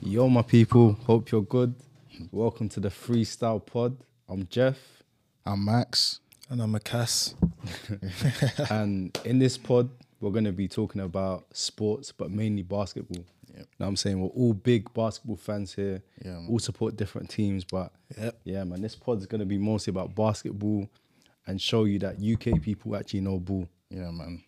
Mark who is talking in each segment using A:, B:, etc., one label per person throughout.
A: Yo, my people. Hope you're good. Welcome to the Freestyle Pod. I'm Jeff,
B: I'm Max.
C: And I'm a Cass.
A: and in this pod, we're going to be talking about sports, but mainly basketball. Now, I'm saying we're all big basketball fans here.
B: Yeah, man.
A: all support different teams, but
C: Yep.
A: yeah, man, this pod's going to be mostly about basketball and show you that UK people actually know ball.
B: Yeah, man.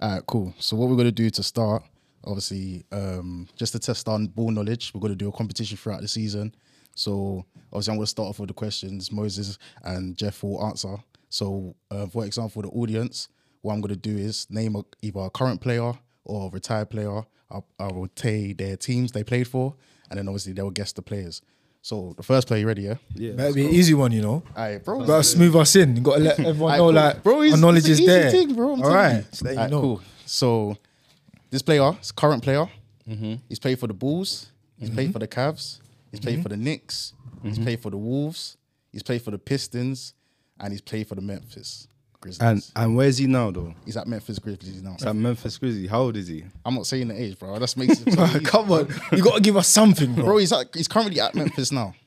B: All right, cool. So what we're gonna do to start, obviously, um, just to test our ball knowledge, we're gonna do a competition throughout the season. So obviously, I'm gonna start off with the questions Moses and Jeff will answer. So uh, for example, the audience, what I'm gonna do is name a, either a current player or a retired player. I, I will tell you their teams they played for, and then obviously they will guess the players. So the first player, you ready? Yeah.
A: Yeah.
C: That'd be an easy one, you know.
B: All right, bro.
C: Gotta smooth us in. You gotta let everyone
B: Aight,
C: know,
B: cool.
C: like,
B: Bro, it's-
C: our knowledge
B: it's an
C: is
B: easy
C: there.
B: thing, bro, I'm
C: All
B: telling
C: right.
B: you.
C: So that you
B: Alright,
C: know.
B: cool. So this player, this current player, he's played for the Bulls, he's played for the Cavs, he's played for the Knicks, he's played for the Wolves, he's played for the Pistons, and he's played for the Memphis Grizzlies.
A: And and where's he now, though?
B: he's at Memphis Grizzlies now.
A: It's at Memphis Grizzlies. How old is he?
B: I'm not saying the age, bro. That makes it so easy.
C: Come on. You gotta give us something, bro.
B: Bro, he's at, he's currently at Memphis now.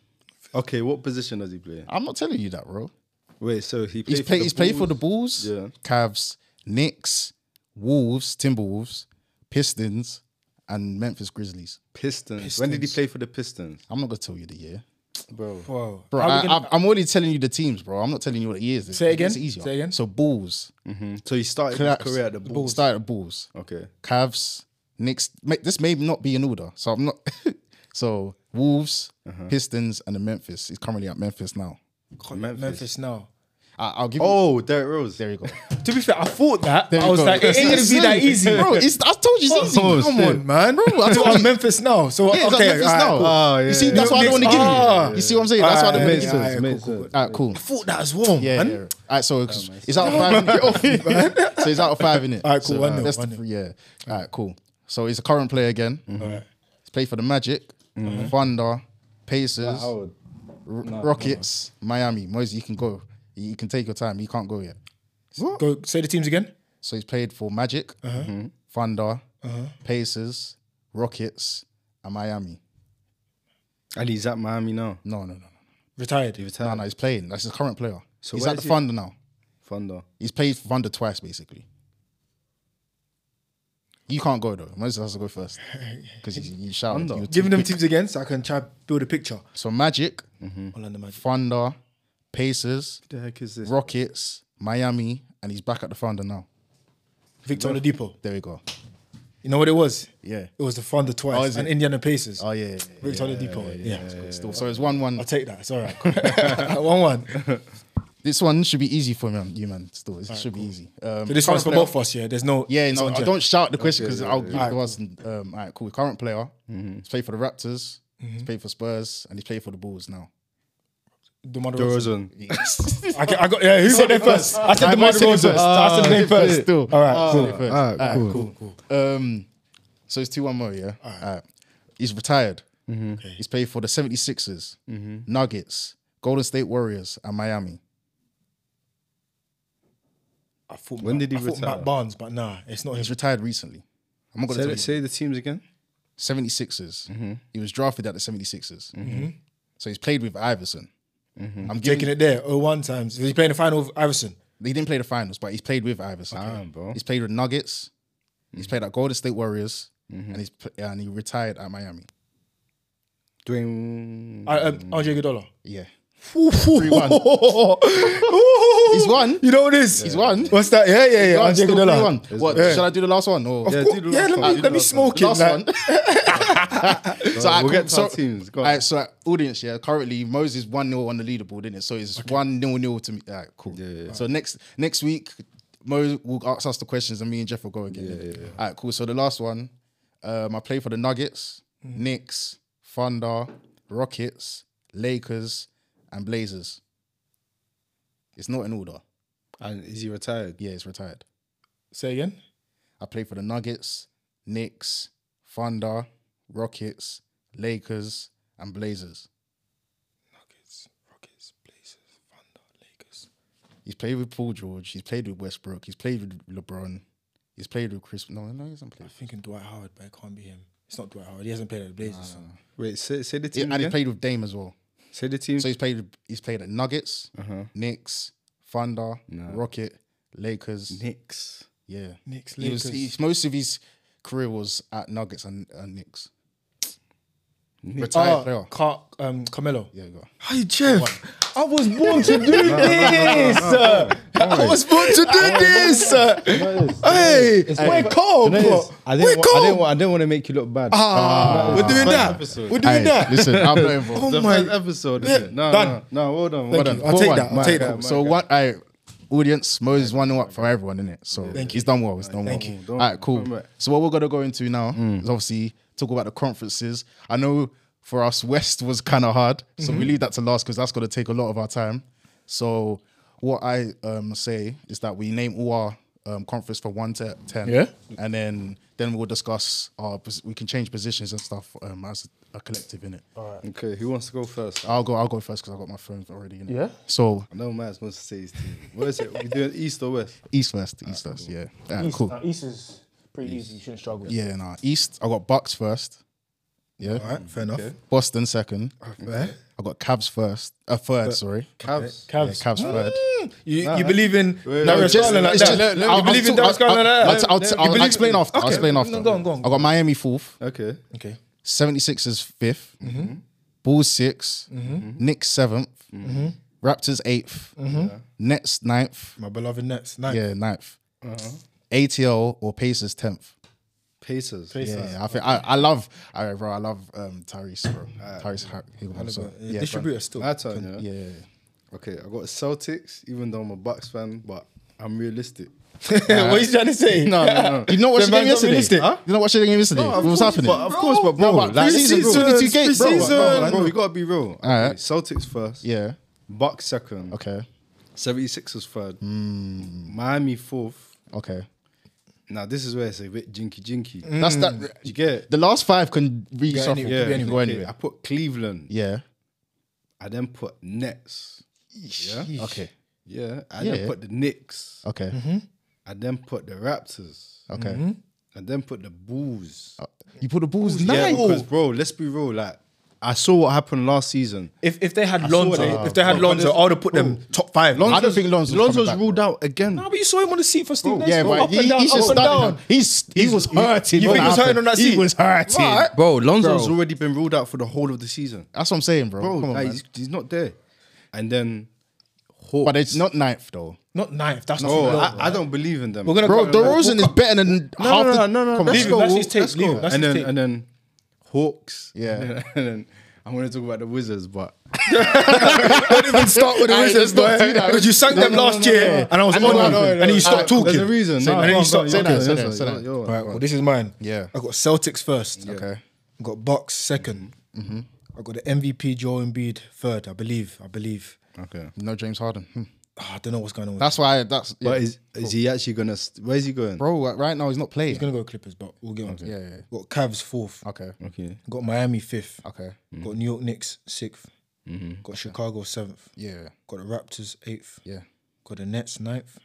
A: Okay, what position does he play?
B: I'm not telling you that, bro.
A: Wait, so he played
B: He's
A: for
B: played
A: the
B: he's played for the
A: Bulls?
B: Bulls,
A: Yeah.
B: Cavs, Knicks, Wolves, Timberwolves, Pistons, and Memphis Grizzlies.
A: Pistons. When did he play for the Pistons?
B: I'm not gonna tell you the year,
A: Bro.
C: Wow.
B: bro. I, I, I'm already telling you the teams, bro. I'm not telling you what years. It's-
C: Say again?
B: It's easier.
C: Say again?
B: So Bulls,
A: So he started his
B: Cavs,
A: Mm. career at the Bulls.
B: Started at Bulls,
A: Okay.
B: Cavs, Knicks. Ma- This may not be in order, so I'm not. so Wolves,
A: Uh-huh.
B: Pistons, and the Memphis. He's currently at Memphis now.
A: Memphis.
C: Memphis. now.
B: I, I'll give. you...
A: Oh, Derrick Rose.
B: There you go.
C: To be fair, I thought that. but I
B: you
C: was
B: go.
C: like, it ain't gonna be that easy.
B: bro. It's, I told you it's easy.
A: Oh,
B: Come
A: shit.
B: on, man, bro. I
C: So
B: told
C: I'm
B: you.
C: Memphis now. So
B: Yeah, it's at
C: okay,
B: Memphis
C: alright,
B: now.
C: cool.
A: Oh, yeah,
B: you see,
A: yeah,
B: that's
C: yeah.
B: why I don't want to give you.
C: Ah.
B: You see what I'm saying? That's why I don't want
C: Alright,
A: Makes
B: to.
C: yeah,
A: sense.
C: yeah,
A: makes
C: cool, cool,
A: sense.
B: All right, cool.
C: I thought that was warm.
B: Yeah,
C: man.
B: yeah. All right, so it's, it's out of five. Get off me, man. so it's out of five, innit?
C: All right,
B: So,
C: cool,
B: uh,
C: one nil,
B: that's the
C: one nil.
B: three, yeah. All right, cool. So he's a current player again.
C: Alright.
B: He's played for the Magic, Mm-hmm. Thunder, Pacers,
A: How old?
B: R- Rockets, Miami. Moise, you can go. You you can take your time. You can't go yet.
C: Go say the teams again.
B: So he's played for Magic, Uh-huh. Thunder, Pacers, Rockets, and Miami.
A: And he's at Miami now.
B: No, no, no, no.
C: Retired.
B: No, no, he's playing. That's his current player.
A: So
B: he's
A: where
B: at the
A: is he-
B: Thunder now.
A: Thunder.
B: He's played for Thunder twice, basically. You can't go though. Moses has to go first because you, you shouted.
A: Thunder.
B: You were too
C: Giving them
B: quick.
C: teams again so I can try build a picture. Oh,
B: so Magic,
C: Orlando Magic.
B: Thunder, Pacers,
A: Who the heck is this?
B: Rockets, Miami, and he's back at the Thunder now.
C: Victor Oladipo.
B: There we go.
C: You know what it was?
B: Yeah.
C: It was the Thunder
B: Oh,
C: twice
B: is
C: and
B: it?
C: Indiana Pacers.
B: Oh yeah. yeah, yeah,
C: Victor Oladipo. Yeah.
B: yeah. Still, so it's one one.
C: I'll take that. It's all right. one one. So
B: This one should be easy for me, you man. Still, it should be easy. Um,
C: this one's for
B: current player-
C: both of us. Yeah. There's no.
B: Yeah,
C: it's
B: no,
C: on
B: I
C: Jeff.
B: don't shout the question because
A: yeah,
B: I'll
A: yeah.
B: give the ones. Um, all right, cool. Current player. He's played for the Raptors.
A: Mm-hmm.
B: He's played for Spurs, and he's played for the Bulls now.
C: DeMar DeRozan.
A: DeRozan.
C: I, got- I got. Yeah. Who got there first? I said
B: I
C: DeMar
B: might say it
C: DeRozan first. I said the name first.
B: Still,
C: All right.
B: Said it
C: cool.
B: first.
A: All right, cool.
B: Um, so it's two one more, yeah. All right. He's retired. He's played for the 76ers, Nuggets, Golden State Warriors, and Miami.
C: I thought
A: When
C: Matt-
A: did he
C: I thought
A: retire?
C: Matt Barnes, but nah, it's not him.
B: He's retired recently. I'm not
A: Say,
B: gonna
A: the-
B: tell you.
A: say the teams again.
B: 76ers. He was drafted at the 76ers.
A: Mm-hmm.
B: So he's played with Iverson. I'm
C: Taking
B: giving
C: it there. Oh, one times. He's playing the final of Iverson.
B: He didn't play the finals, but he's played with Iverson.
A: Damn, bro. Mm-hmm.
B: He's played with Nuggets. He's played at Golden State Warriors, and he's pl- and he retired at Miami.
A: Dwayne.
C: I, um, RJ Godola.
B: Yeah.
C: He's
B: He's won.
C: You know this. He's
B: won.
C: What's that? Yeah, yeah, yeah.
B: It's
C: RJ
B: still
C: Godola.
B: 3-1. What?
A: Yeah.
B: Should I do the last one? Or?
A: Yeah,
C: Cool.
A: do the
C: Yeah,
A: last one,
C: let
A: do
C: me
A: the
C: let me
A: last
C: smoke it.
B: Last
C: like-
B: one.
A: So
B: I
A: we'll
B: can-
A: get to our
B: so-
A: teams. Go on.
B: Alright, so Audience, yeah. Currently, Moses one 0 on the leaderboard, isn't it? So it's one 0 0 to me. Alright, cool.
A: yeah, yeah.
B: So next next week, Mo will ask us the questions, and me and Jeff will go again. Yeah, Alright, cool. So the last one, um, I play for the Nuggets, Knicks, Thunder, Rockets, Lakers, and Blazers. It's not in order.
A: And uh, is he retired?
B: Yeah, it's retired.
C: Say again.
B: I play for the Nuggets, Knicks, Thunder, Rockets, Lakers, and Blazers.
C: Rockets, Rockets, Blazers, Thunder, Lakers.
B: He's played with Paul George. He's played with Westbrook. He's played with LeBron. He's played with Chris. No, no, he hasn't played.
C: I'm thinking Dwight Howard, but it can't be him. It's not Dwight Howard. He hasn't played at the Blazers.
A: Wait, say, say the
B: He-
A: team
B: and he
A: again.
B: played with Dame as well.
A: say the team.
B: So he's played he's played at Nuggets,
C: Uh-huh.
B: Knicks, Thunder, Rocket, Lakers.
A: Knicks.
B: Yeah,
C: Knicks,
B: He was,
C: Lakers.
B: he's- most of his career was at Nuggets and, and Knicks. Retired
C: Oh,
B: player.
C: Car- um, Carmelo.
B: Yeah, you go.
C: Hi, Jeff. I was born to do this. I was born to do this. Hey, we're cold,
A: You know
C: bro.
A: this? I didn't, wa- I
C: We're
A: didn't,
C: cold.
A: wa- I didn't want to make you look bad.
C: Ah, We're doing that.
A: episode.
C: We're doing
B: Aye,
C: that.
B: Listen, I'm not involved.
C: Oh
A: the
C: my.
A: first episode.
C: Yeah,
A: Isn't it? No,
C: done.
A: no, no, well done.
C: Thank
A: well
C: you.
A: done.
C: I'll
B: Four
C: take
B: one.
C: that. I'll
B: My
C: take
B: guy,
C: that.
B: my So what? I audience Mo is one up for everyone, isn't it? So he's done well. He's done well.
C: Thank you.
B: All right, cool.
A: Don't worry.
B: So what we're gonna go into now is obviously talk about the conferences. I know for us West was kind of hard, so we leave that to last because that's gonna take a lot of our time. So what I um, say is that we name all our um, conference from one to ten,
C: Yeah.
B: and then then we'll discuss our pos- we can change positions and stuff um, as a collective in it.
A: Okay, who wants to go first?
B: I'll go. I'll go first because I got my phone already. In it.
C: Yeah.
B: So
A: I know Matt's supposed to say his team. What is it? We doing East or West?
B: East first, East first, yeah. Alright, cool.
D: Now, East is pretty easy. You shouldn't struggle.
B: Yeah, nah. East, I got Bucks first. Yeah.
C: All right, fair enough.
B: Boston second.
C: Fair.
B: I got Cavs first. Uh, third, sorry.
A: Cavs.
B: Yeah,
C: Cavs.
B: Cavs third.
C: Mm, You,
D: eh?
C: you believe in Darius
B: Just-
C: Garland like
B: it's
C: that?
B: just- let- let
C: you
B: me-
C: believe in
B: I'll-
C: Darius Garland
B: I'll-
C: like that?
B: I'll- I'll-
C: You
B: I'll
C: believe-
B: explain after. I'll
C: Okay,
B: explain
C: no,
B: after.
C: Go on, go on.
B: I
C: go on.
B: got Miami fourth.
A: Okay.
C: Okay.
B: 76ers fifth.
C: Mm-hmm.
B: Bulls 6th Knicks seventh.
C: Mm-hmm.
B: Raptors 8th Nets ninth.
C: My beloved Nets. Nice.
B: Yeah, ninth.
C: Uh-huh.
B: ATL or Pacers tenth.
A: Pacers.
B: Yeah, I think I, I love I bro, I love um Tyrese bro. Tyrese Har- Hill, so,
C: Uh, Yeah,
B: yeah,
C: distributor still.
A: My turn, yeah?
B: yeah, yeah.
A: Okay, I got Celtics, even though I'm a Bucks fan, but I'm realistic.
C: what you trying to say?
A: No, no, no.
B: You know what she
C: Then
B: game
C: man's
B: yesterday?
C: not realistic.
B: Huh? You know what she game yesterday? what was happening?
A: But, of course, but bro,
B: No, but
A: like,
B: last season,
A: pre-season,
B: bro. 22 games, bro.
A: bro, bro,
C: Season.
A: bro, we gotta be real. Okay,
B: Alright.
A: Celtics first,
B: Yeah.
A: Bucks second,
B: Okay. Hmm.
A: 76ers third, Miami fourth.
B: Okay.
A: Now this is where it's a bit jinky jinky.
B: That's
C: Mm.
B: that.
A: You get it?
B: The last five can reach off.
C: any-
A: Yeah,
B: Yeah. Can go
A: okay,
B: anywhere.
A: I put Cleveland.
B: Yeah.
A: I then put Nets. Yeah.
B: Okay.
A: Yeah. I
B: Yeah.
A: then put the Knicks.
B: Okay.
C: Mm-hmm,
A: I then put the Raptors.
B: Okay.
A: I then put the Bulls.
C: Uh,
B: You put the balls
A: Yeah,
B: nine.
A: because bro, let's be real. Like I saw what happened last season.
C: If if they had Lonzo,
A: it.
C: if they had
A: Bro,
C: Lonzo,
A: but
C: I would have put them top five.
B: I don't think Lonzo's
A: Lonzo's
B: coming back,
A: ruled out again.
C: No, but you saw him on the seat for Steve Nash.
B: yeah,
C: bro.
B: but
C: up and
B: he,
C: down,
B: he should
C: up and
B: start.
C: down.
B: He's he was hurting.
C: you
B: when
C: think
B: that
C: he was hurting
B: happened.
C: on that
B: He
C: seat?
B: was hurting.
C: Right.
A: Bro, Lonzo's
B: Bro.
A: already been ruled out for the whole of the season.
B: That's what I'm saying, bro.
A: Bro,
B: Come on,
A: like,
B: man.
A: he's, he's not there. And then
B: But it's not ninth though.
C: Not ninth. That's
A: Oh,
C: not low.
A: I, I don't believe in them.
C: We're gonna
B: Bro,
C: go-
B: DeRozan is better than half.
A: no, no,
B: the-
A: no, no,
B: Come
A: no.
B: on.
C: Leave him. That's his take.
A: Let's
C: Leave
A: go.
C: him. That's
A: and
C: his
A: then
C: take.
A: and then Hawks.
B: Yeah.
A: And then, and then I'm gonna talk about the Wizards, but
C: Don't even start with the
B: Alright, let's
C: Wizards,
B: not
C: boy.
B: do that.
C: Because you sang
B: No,
C: them
B: no, no,
C: last
B: no,
C: year,
B: no, no.
C: and I was
B: I
C: on
B: know, I
C: you,
B: know, I know.
C: and you stopped
B: Alright,
C: talking.
A: there's a reason.
B: Say
A: No, no,
B: that, go
A: you
B: on,
A: start-
B: say
A: you're
B: that,
A: on,
B: say
A: you're
B: that,
A: on,
B: say that.
A: you're on.
C: Alright, well, this is mine.
B: Yeah.
C: I got Celtics first.
B: Okay.
C: I got Bucks 2nd I got the MVP Joel Embiid third. I believe. I believe.
A: Okay.
B: No James Harden. Hmm.
C: Ah, I don't know what's going on. With
B: That's why. That's yeah.
A: But is is he actually gonna? St- where's he going?
B: bro. uh, Right now he's not playing.
C: He's gonna go Clippers, but we'll get on. to it.
B: Yeah, yeah,
C: Got Cavs fourth.
B: Okay.
A: Okay.
C: Got Miami fifth.
B: Okay. Mm-hmm.
C: Got New York Knicks 6th Got Chicago seventh.
B: Yeah.
C: Got the Raptors eighth.
B: Yeah. Mm-hmm.
C: Got the Nets ninth.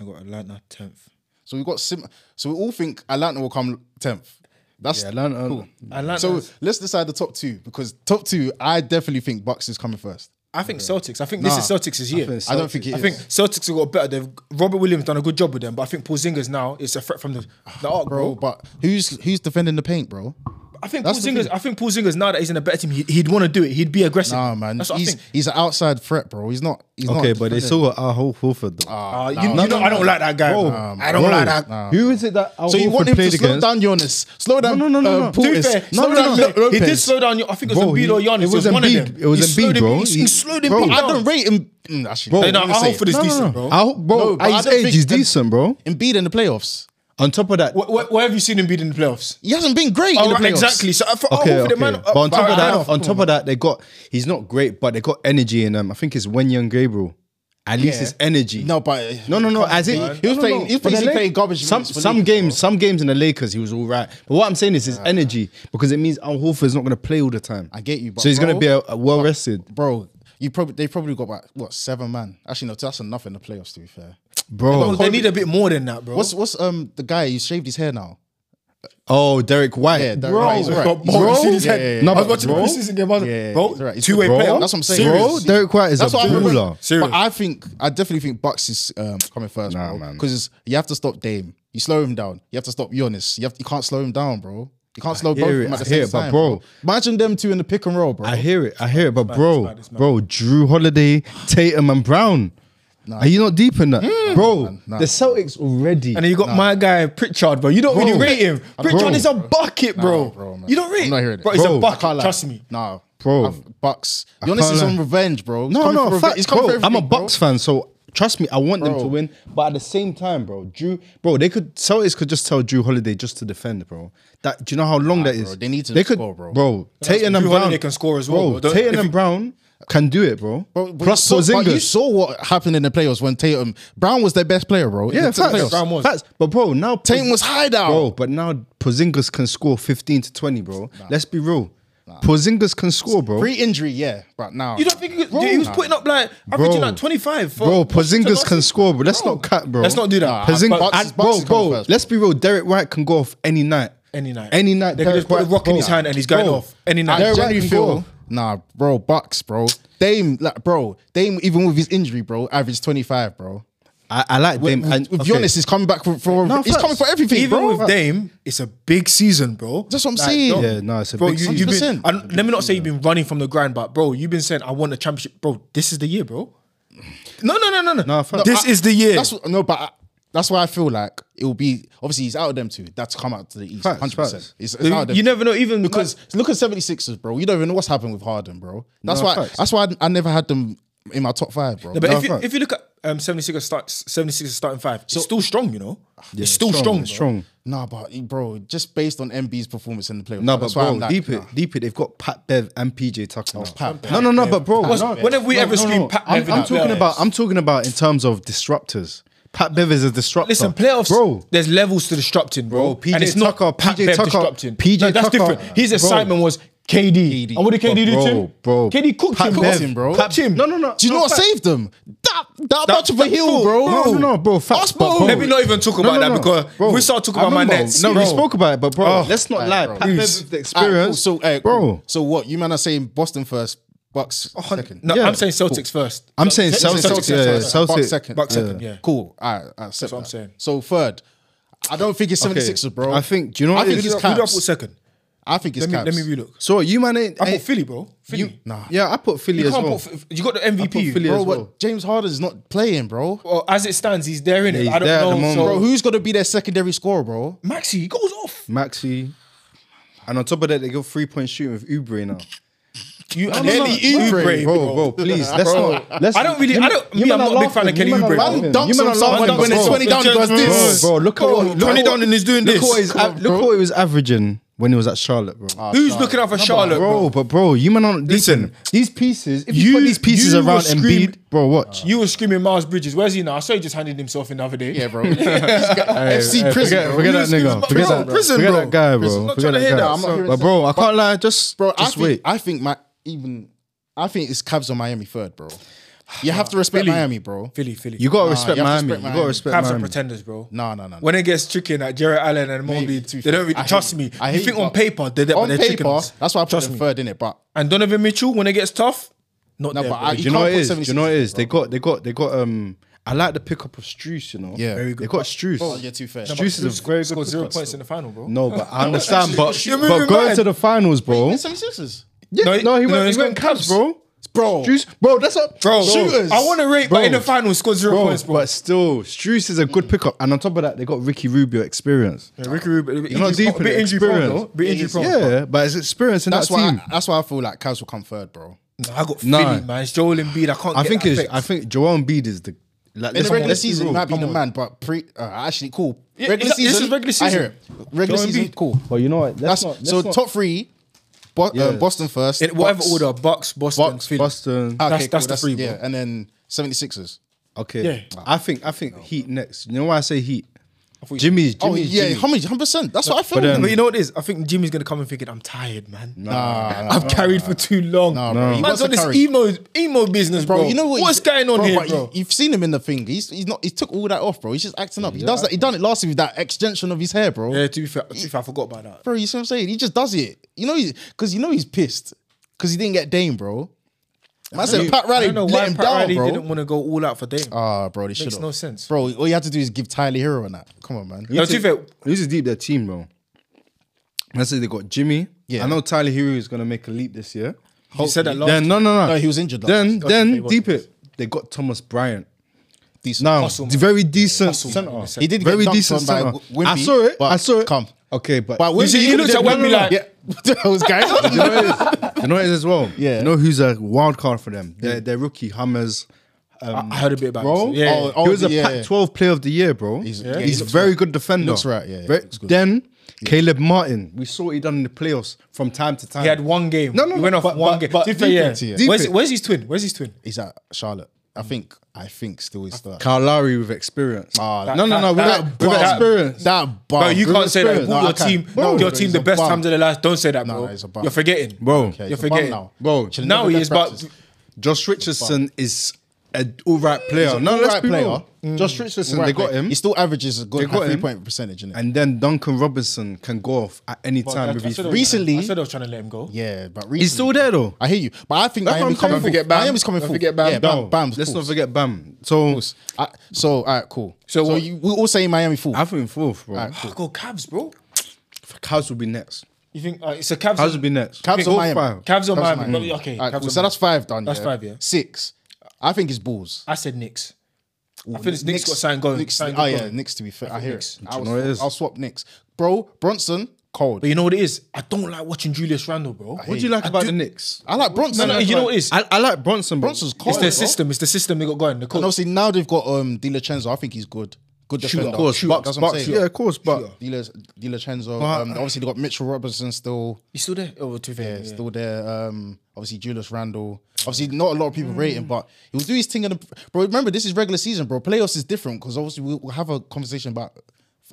C: I got Atlanta tenth.
B: So we got sim. So we all think Atlanta will come tenth. That's
A: Yeah, Atlanta.
C: Atlanta.
B: so. Let's decide the top two because top two. I definitely think Bucks is coming first.
C: I think Celtics. I think this is Celtics' year.
A: think
B: I don't think it
C: I
B: is.
C: think Celtics have got better. They've Robert Williams done a good job with them, but I think Porzingis now is a threat from the the arc,
B: bro.
C: bro.
B: But who's who's defending the paint, bro?
C: I think
B: That's the
C: Porzingis. I think Porzingis now that he's in a better team, he, he'd want to do it. He'd be aggressive.
B: Nah, man.
C: That's what I
B: he's
C: think.
B: he's an outside threat, bro. He's not. He's
A: Okay,
B: not
A: but they
B: defending.
A: still got our whole Horford though.
B: Ah.
C: Uh, you, you know, I don't like that guy. I don't like that.
A: Who is it that Al
B: So you want him to
A: played
B: slow
A: against?
B: down Jonas? Slow down.
A: no, no, no,
B: Uh,
A: no. To
C: To be
B: Portis.
C: fair,
B: No,
C: slow
B: no,
C: down,
B: no,
C: he did
B: Lopez.
C: slow down. I think it was
A: Bro,
C: Embiid or
A: he-
C: Giannis.
A: it was
C: one of
A: Embiid.
C: them.
A: It was
C: He slowed
A: Embiid,
C: him-
A: bro.
C: He, he
A: He-
C: slowed him
A: bro.
C: down.
B: I don't rate him. Mm, actually,
A: Bro,
B: I'm
A: no,
B: gonna
C: Al
B: say-
C: Horford is
A: No, no,
C: decent,
A: no.
C: bro.
A: Al- bro,
B: No, but I
A: at his
B: don't
A: age,
B: think
A: he's
B: that-
A: decent, bro.
B: Embiid in the playoffs.
A: On top of that,
C: Where, where, where have you seen Embiid in the playoffs?
B: He hasn't been great in
C: Oh,
B: the
C: right,
B: playoffs.
C: exactly. So uh, for
A: okay,
C: oh, for
A: okay.
C: the man,
A: but on top
C: uh,
A: of
C: Al-
A: that, on top of that, they got he's not great, but they got energy in them. I think it's Wenyan Gabriel. At least it's energy.
B: No, but
A: No, no, no. As it,
B: He was
A: no, no,
B: playing-
A: no.
B: he was
A: For the
B: basically
A: Lak-
B: playing garbage
A: Some
B: minutes for
A: some
B: Lakers,
A: games, some games in the Lakers, he was all right. But what I'm saying is his energy because it means Al Horford's not going to play all the time.
B: I get you, but
A: so he's going to
B: bro-
A: be a, a well rested,
B: bro. You probably they probably got about what seven man. Actually, no, that's enough in the playoffs. To be fair,
A: bro.
C: They need a bit more than that, bro.
B: what's what's um the guy? He shaved his hair now.
A: Oh, Derek White.
B: Yeah, Derek
A: Bro,
B: White, he's
A: it's
B: right.
A: got
B: He's
A: more-
B: right.
A: you see this
B: Yeah,
A: head?
B: yeah, yeah.
A: No,
B: I
A: but
B: was watching
A: bro.
B: the
C: preseason game. I was like,
B: Yeah,
C: bro,
B: he's right. He's
C: two-way
B: bro.
C: player.
B: That's what I'm saying.
A: Bro,
B: Seriously.
A: Derek White is a
B: That's what I remember.
A: baller.
B: But I think I definitely think Bucks is um, coming first,
E: Nah,
B: bro.
E: man.
B: Because you have to stop Dame. You slow him down. You have to stop Giannis. You have you can't slow him down, bro. You can't slow both
E: hear
B: of
E: it,
B: them at
E: I
B: the
E: hear
B: same
E: it, but
B: time,
E: bro.
B: Imagine them two in the pick and roll, bro.
A: I hear it. I hear it. But
C: it's
A: bro,
C: bad, it's mad.
A: bro, Drew Holiday, Tatum, and Brown. Are you not deep in that,
B: Hmm.
A: bro?
E: The Celtics already.
C: And then you got my guy Pritchard, bro. You don't really
B: Bro.
C: rate him. Pritchard is a bucket, bro.
B: bro, man.
C: you don't rate
B: I'm not hearing it.
C: Bro, he's
B: Bro,
C: a
B: I can't
C: bucket.
B: lie.
C: Trust me.
B: Nah,
A: Bro.
B: I've- Bucks. Giannis
A: can't
B: is
A: lie.
B: on revenge, bro. He's
A: No,
B: coming
A: no,
B: for reve-
A: fact,
B: he's coming
A: bro.
B: for
A: I'm a
B: everything, bro.
A: Bucks fan, so trust me, I want them
B: Bro.
A: to win. But at the same time, bro, Drew, bro, they could Celtics could just tell Drew Holiday just to defend, bro. That do you know how long that is?
B: bro, they need to
A: They could,
B: score, bro.
A: Bro, Tatum and
C: Drew
A: Brown
C: Holiday can score as well,
A: Bro,
C: bro. Don't-
A: Tatum
C: if
A: and Brown can do it, bro.
B: Bro, but
A: Plus
B: you saw, but you
A: Porzingis.
B: saw what happened in the playoffs when Tatum Brown was their best player, bro. in
A: Yeah,
B: the t-
A: facts.
B: playoffs.
C: Brown was.
A: Facts. But bro, now
B: Tatum was high down.
A: Bro, but now Porzingis can score 15 to 20, bro. Let's be real. Porzingis can score, bro.
B: Pre-injury, yeah, but now
C: You don't think he, dude, he was putting up like averaging like 25? For
A: Bro,
C: Washington
A: Porzingis
C: last
A: can
C: season?
A: score, but let's not cut, bro.
C: Let's not do that.
A: Pozing-
C: But-
A: and-
B: Bucks
A: bro,
B: is
A: bro,
B: coming first, bro.
A: let's be real. Derek White can go off any night.
C: Any night.
A: Any night.
C: They can just put a
A: Derek White-
C: rock in his
A: bro,
C: hand and he's going
A: bro.
C: off. Any
B: I
C: night.
A: Derek White
B: genuinely
A: can
B: feel
A: go.
B: nah, bro. Bucks, bro. Dame, like, bro. Dame, even with his injury, bro, averaged twenty five, bro.
A: I, I like them.
B: With, with Giannis, he's coming back for, for
A: No,
B: he's
A: facts.
B: coming for everything,
C: Even
B: bro.
C: with Dame, it's a big season, bro.
B: That's what I'm saying.
C: don't-
A: Yeah, no, it's a
C: bro,
A: big
C: you,
A: season.
C: You've been,
B: 100%.
C: I don't- let me not say you've been running from the grind, but bro, you've been saying I want a championship, bro. This is the year, bro. No, no, no, no, no.
A: No, fam.
C: this
B: I-
C: is the year.
B: That's what- no, but I, that's why I feel like it will be. Obviously, he's out of them two. That's come out to the east,
A: Facts,
B: hundred percent.
A: facts.
B: It's, it's
C: you,
B: out of them.
C: you never know, even
B: because
C: because
B: look at 76ers, bro. You don't even know what's happened with Harden, bro. That's
A: No,
B: why.
A: facts.
B: That's why I, I never had them in my top five, bro.
C: No, but
A: No,
C: if, you,
A: facts.
C: if you look at um, 76 start, 76 starting five, it's still strong, you know? it's still strong. bro.
A: Strong.
B: Nah, but bro, just based on MB's performance in the playoffs.
A: No, but
B: that's why
A: bro,
B: I'm like,
A: deep it,
B: nah. Oh,
A: deep it. They've got Pat Bev and PJ Tucker. now.
B: Pat Bev.
A: no, no, no, but bro,
C: What's-
A: no,
C: when have we ever screamed Pat
A: I'm,
C: Bev in
A: I'm
C: the
A: talking
C: playoffs?
A: about. I'm talking about in terms of disruptors. Pat Bev is a disruptor.
C: Listen, playoffs,
A: bro.
C: there's levels to disrupting, bro.
A: Bro, PJ
C: and it's
A: Tucker,
C: not Pat
A: PJ
C: Bev
A: Tucker,
C: disrupting.
A: PJ
C: no, that's
A: Tucker.
C: different. His
A: Bro.
C: assignment was KD.
B: KD.
C: And what did KD do
A: Bro,
C: to him?
A: bro.
C: KD cooked
A: Pat
C: him,
A: Bev.
C: bro.
B: bro.
C: Cooked him.
A: No, no, no.
B: Do you know
A: no,
B: what
A: facts.
B: saved them? That that, much of a
C: that
B: hill,
C: fool.
B: bro.
A: No, no, no, bro. Facts,
B: Us, bro.
A: but bro.
C: Let me not even talk about that because
A: Bro,
C: we start talking
A: I
C: about my
A: remember.
C: Nets.
A: No,
C: Bro.
A: we spoke about it, but bro,
C: Oh,
A: let's not lie.
B: bro.
A: Pat Bev
C: Please.
A: with the
B: Alright, cool.
A: experience.
B: So, eh,
A: bro,
B: So what? You man are saying Boston first, Bucks second.
C: No,
A: Yeah.
C: I'm saying Celtics first.
A: I'm saying
C: Celtics,
A: Celtics.
C: Celtics,
A: yeah, Celtics.
C: Celtics.
B: Bucks second.
C: Bucks second, yeah.
B: Cool. All right. I accept
C: That's what I'm
B: that.
C: saying.
B: So third, I don't think it's 76ers, bro.
A: I think- do you know
B: I
A: what
B: think
A: it
B: it's
A: is?
C: Who do I put
B: caps.
C: second?
B: I think it's
C: Let me,
B: caps.
C: let me relook.
A: So you man ain't.
C: I put
A: ain't-
C: Philly, bro. Philly.
A: You, nah. Yeah, I put Philly
C: You
A: as
C: can't
A: well.
C: put, you got the
A: put Philly
C: MVP. bro.
B: Bro,
A: as
B: what,
A: well.
B: James Harden's not playing, bro.
C: Well, as it stands, he's there in it.
A: he's
C: I don't
A: there at the
C: know.
A: moment.
C: so-
B: Bro, who's gonna be their secondary scorer, bro?
C: Maxi he goes off.
A: Maxi, and on top of that, they got three point shooting with Ubre now.
C: You
B: no, no. Oubre,
A: Bro, bro, please, let's not. Let's.
C: I don't really. I don't.
A: you
C: Me, I'm
A: man
C: not
A: are
C: a big fan of
A: laughing.
C: Kenny
A: You man are
C: Oubre.
A: laughing.
C: bro.
B: Man dunks
A: man
B: on
A: are
B: someone
A: laughing,
B: when it's
A: bro.
B: 20 down, he does
C: Bro,
B: this.
A: Bro, look at
C: Oh,
A: what look
C: 20
A: at
C: down and he's doing
A: look
C: this.
A: at what he's,
C: Come on,
A: look what he was averaging when he was at Charlotte, bro.
C: Who's looking out for Charlotte,
A: bro,
C: bro?
A: but bro, you man on listen. These pieces, if you,
C: You-
A: put these pieces
C: you
A: around
C: were screaming-
A: Embiid, bro, watch.
C: You were screaming Miles Bridges. Where's he now? I saw he just handed himself in the other day.
B: Yeah, bro. He's got FC
A: Hey,
B: prison.
A: Uh, Forget,
B: bro.
A: forget that
C: He was
A: nigga. Forget
C: prison,
A: that,
C: bro. Prison,
A: forget
C: bro.
A: that guy,
C: Prison.
A: bro.
C: I'm not
A: Forget
C: trying to hear
A: that
C: that.
A: guy.
C: I'm not
B: hearing
A: But
B: that.
A: bro, I can't lie. Just,
B: Bro, I
A: just
B: think
A: wait.
B: I think my even I think it's Cavs or Miami third, bro. You have to respect Miami, bro.
C: Philly, Philly.
A: You gotta
B: Nah,
A: respect
B: you have to
A: Miami.
B: respect
A: You
B: Miami.
A: gotta respect
C: Cavs are
A: Miami.
C: pretenders, bro.
B: No, no, no. no.
C: When it gets chicken at Jared Allen and Mobley,
B: Maybe.
C: they don't
B: I
C: really
B: hate
C: trust
B: it.
C: me.
B: I
C: you
B: hate
C: think
B: it,
C: on
B: but-
C: paper they're there, but
B: on
C: they're
B: paper,
C: chickens.
B: that's why I put
C: Trust
B: them
C: me.
B: third in it, but
C: And Donovan Mitchell, when it gets tough, not
B: no,
C: there.
B: but
C: bro.
B: I,
A: Do you know what
B: can't
A: it
B: put
A: is? Do
B: 76
A: you know what it is?
B: bro.
A: They got, they got, they got. Um, I like the pickup of Struce. You know,
B: Yeah. Very
A: They got Struce.
B: Oh, yeah, too fair.
A: Struce is a very good.
C: scored zero
A: pickup.
C: points in the final, bro.
A: No, but I understand. but
C: You're moving
A: but going
C: mad.
A: to the finals, bro.
B: It's 76ers.
A: Yeah,
C: No,
A: no,
C: he-
A: he
C: no,
A: went.
C: he's
A: He went
C: going
A: Cavs, bro.
B: Bro.
A: Struce, bro, that's not
C: Bro,
B: Shooters.
C: I want to rate, but
A: Bro.
C: in the final, scored zero
A: Bro,
C: points, bro.
A: but still, Struce is a good
B: Hmm.
A: pickup, and on top of that, they got Ricky Rubio experience.
C: Yeah, Ricky Rubio,
A: You're not
C: injury
A: deep
C: prone-
A: in
C: bit
A: the
C: injury prone,
A: experience.
C: though. Bit injury prone.
A: Yeah, but it's experience in
B: That's
A: that
B: why
A: team.
B: I, that's why I feel like Cavs will come third, bro.
C: Nah, I got
A: Nah.
C: Philly, man. It's Joel Embiid. I can't.
A: I,
C: get
A: think
C: that
A: it's.
C: fixed.
A: I think Joel Embiid is the. Like,
B: In the regular
A: let's be
B: season,
A: real.
B: he might be the man, but pre uh, actually cool.
C: Yeah,
B: Regular
C: it's- this
B: season,
C: is regular
B: I hear
C: season.
B: it. Regular
C: Joel
B: season,
C: Embiid.
B: cool.
E: But you know what? Let's
B: That's
E: not. Let's
B: so
E: not,
B: top three. Bo- uh, Boston first,
C: In whatever
B: Bucks.
C: order, Bucks, Boston,
A: Bucks,
C: Philly.
A: Boston.
B: Okay,
C: That's-
B: cool,
C: that's the three, bro.
B: Yeah, and then 76ers.
A: Okay.
E: Ah,
C: Yeah.
A: I think I think Heat next. You know why I say Heat? Jimmy's, Jimmy's.
B: Oh yeah, hundred percent. That's what I feel.
A: but, um,
C: But you know what it is? I think Jimmy's gonna come and thinking, I'm tired, man.
B: nah, nah,
C: I've carried for too long.
B: Nah, bro, he
C: Man's
B: wants
C: on
B: to
C: this
B: carry.
C: emo emo business, bro.
B: bro, you know what
C: What's
B: he's-
C: going on here,
B: but
C: bro?
B: You, have seen him in the thing. He's, he's not. He took all that off, bro. He's just acting up. He does that. He done it last year with that extension of his hair, bro.
C: yeah, to be fair, to be fair, I forgot about that.
B: Bro, you see what I'm saying? He just does it. You know, because you know he's pissed because he didn't get Dame, bro. Man said Pat
C: I
B: Riley
C: don't know
B: let
C: why
B: him
C: Pat
B: down,
C: Riley
B: bro.
C: didn't want to go all out for Dame.
B: Ah, bro, this
C: Makes
B: should've-
C: no sense.
B: bro. All you have to do is give Tyler Hero on that. Come on, man.
C: no, to be fair,
A: Who's deep their team, bro? I said they got Jimmy.
B: Yeah.
A: I know Tyler Hero is gonna make a leap this year.
C: you said that last.
A: then no, no, no,
B: No, he was injured last
A: Then,
B: season.
C: Okay, he
A: then
C: was
A: deep
C: injured.
A: it. They got Thomas Bryant.
B: Decent.
A: Now,
C: Hustle,
A: d-
C: man.
A: very decent
C: Hustle,
A: center.
C: man.
B: He did get
A: very
B: dunked
A: decent
B: on by
A: center.
B: W- Wimby,
A: I saw it.
B: but
A: I saw it.
B: come.
A: Okay, but,
B: But
A: you,
B: Wimby,
C: see, he looked at
B: could've-
C: Wemby like-
B: yeah, those guys.
A: know what it is? You know what it is as well.
B: Yeah.
A: You know who's a wild card for them? Their their rookie Hammers.
C: I heard a bit about
A: Bro,
C: this. Yeah,
B: Oh,
C: yeah.
A: he was a
B: yeah,
A: Pac-12 Player of the Year, bro.
B: He's-
A: He's,
B: yeah, he looks
A: very good defender.
B: Looks right, yeah, yeah,
A: Very-
B: looks good.
A: Then Caleb Martin, we saw what he done in the playoffs from time to time.
C: he had one game.
A: No, no,
C: he went
A: no,
C: off
A: but-
C: one
A: but-
C: game.
A: but
C: to be fair, yeah.
B: defense, yeah.
C: Where's,
A: Defense.
C: where's his twin? Where's his twin?
B: He's at Charlotte. I think. I think still is that.
A: Kyle Lowry with experience.
B: Ah,
A: no, no, no,
C: that-
A: without,
C: that-
A: without
C: that-
A: experience.
B: That bar.
C: Bro, you
A: Bruno
C: can't say that.
A: Spurs.
C: Ball
A: No,
C: your
A: I can't.
C: team,
A: Bro,
C: your
B: bro,
C: team,
B: he's
C: the
B: a
C: best
B: bum.
C: times of the last. Don't say that,
B: Nah,
C: bro.
B: nah, he's a bum.
C: You're forgetting,
A: Bro.
B: Okay,
C: You're
B: he's a bum
C: forgetting.
B: now.
A: Bro,
B: Should've
C: now
B: never
C: he
B: left
C: is, but
B: practice.
A: Josh Richardson is an all right player.
B: He's
A: No,
B: an
A: let's
B: alright
A: be
B: player.
A: real. Josh Richardson,
B: Right,
A: they got
B: mate.
A: him.
B: He still averages a good
A: got
B: three
A: him.
B: point percentage, innit?
A: And then Duncan Robinson can go off at any
C: But I-
A: time
C: I
A: with his
C: said
A: free.
C: I was-
B: Recently-
C: I said I was trying to let him go.
B: Yeah, but
A: He's still there though.
B: I hear you, but I think
A: That's what I'm
B: Miami's
A: saying.
B: coming
A: Don't
B: full.
A: forget
C: Bam.
B: Miami's coming
C: Don't
B: full.
C: forget Bam.
B: Yeah, Bam.
A: No,
B: Bam's
A: let's
B: full.
A: not forget Bam. So
B: I, so, all right, cool.
C: So
B: So,
C: what-
B: you, we're all saying Miami full.
A: I think fourth, bro. Right.
C: Ah, Go Cavs, bro.
A: Cavs will be next.
C: You think uh, it's a Cavs?
A: Cavs will be next.
B: Cavs
A: Fourth,
B: or Miami?
A: five.
C: Cavs or
B: Cavs
C: Miami?
B: Miami.
C: But, Okay,
B: All right,
C: Cavs
B: cool.
C: or
B: So that's five done.
C: That's five, yeah.
B: Six. I think it's Bulls.
C: I said Knicks. I feel it's Knicks got something going.
B: Knicks,
C: something
B: oh
C: going.
B: yeah, Knicks. To be fair, I, hear
C: Knicks.
B: it. I
A: know what it is?
B: will swap Knicks, bro. Bronson cold.
C: But you know what it is? I don't like watching Julius Randle, bro.
A: What do you like about the Knicks?
B: I like Bronson.
C: No, no,
B: I
C: you
B: like-
C: know what it is?
A: I, I like Bronson. Bro.
B: Bronson's cold.
C: It's their
B: bro.
C: system. It's the system they got going. The
B: And
C: coach.
B: obviously now they've got um Di Vincenzo. I think he's good. Good
A: Shooter.
B: defender.
A: Of course,
B: Shooter,
A: Bucks,
B: that's what I'm
A: Bucks.
B: saying.
A: Yeah, of course, but
B: Di Lo- Di Vincenzo. Um, obviously they got Mitchell Robinson still.
C: He's still there. Oh, to be fair,
B: Yeah,
C: yeah.
B: still there. Um, obviously Julius Randle. Obviously, not a lot of people rate him, but he will do his thing. In the, bro, remember this is regular season, bro. Playoffs is different because obviously we'll, we'll have a conversation about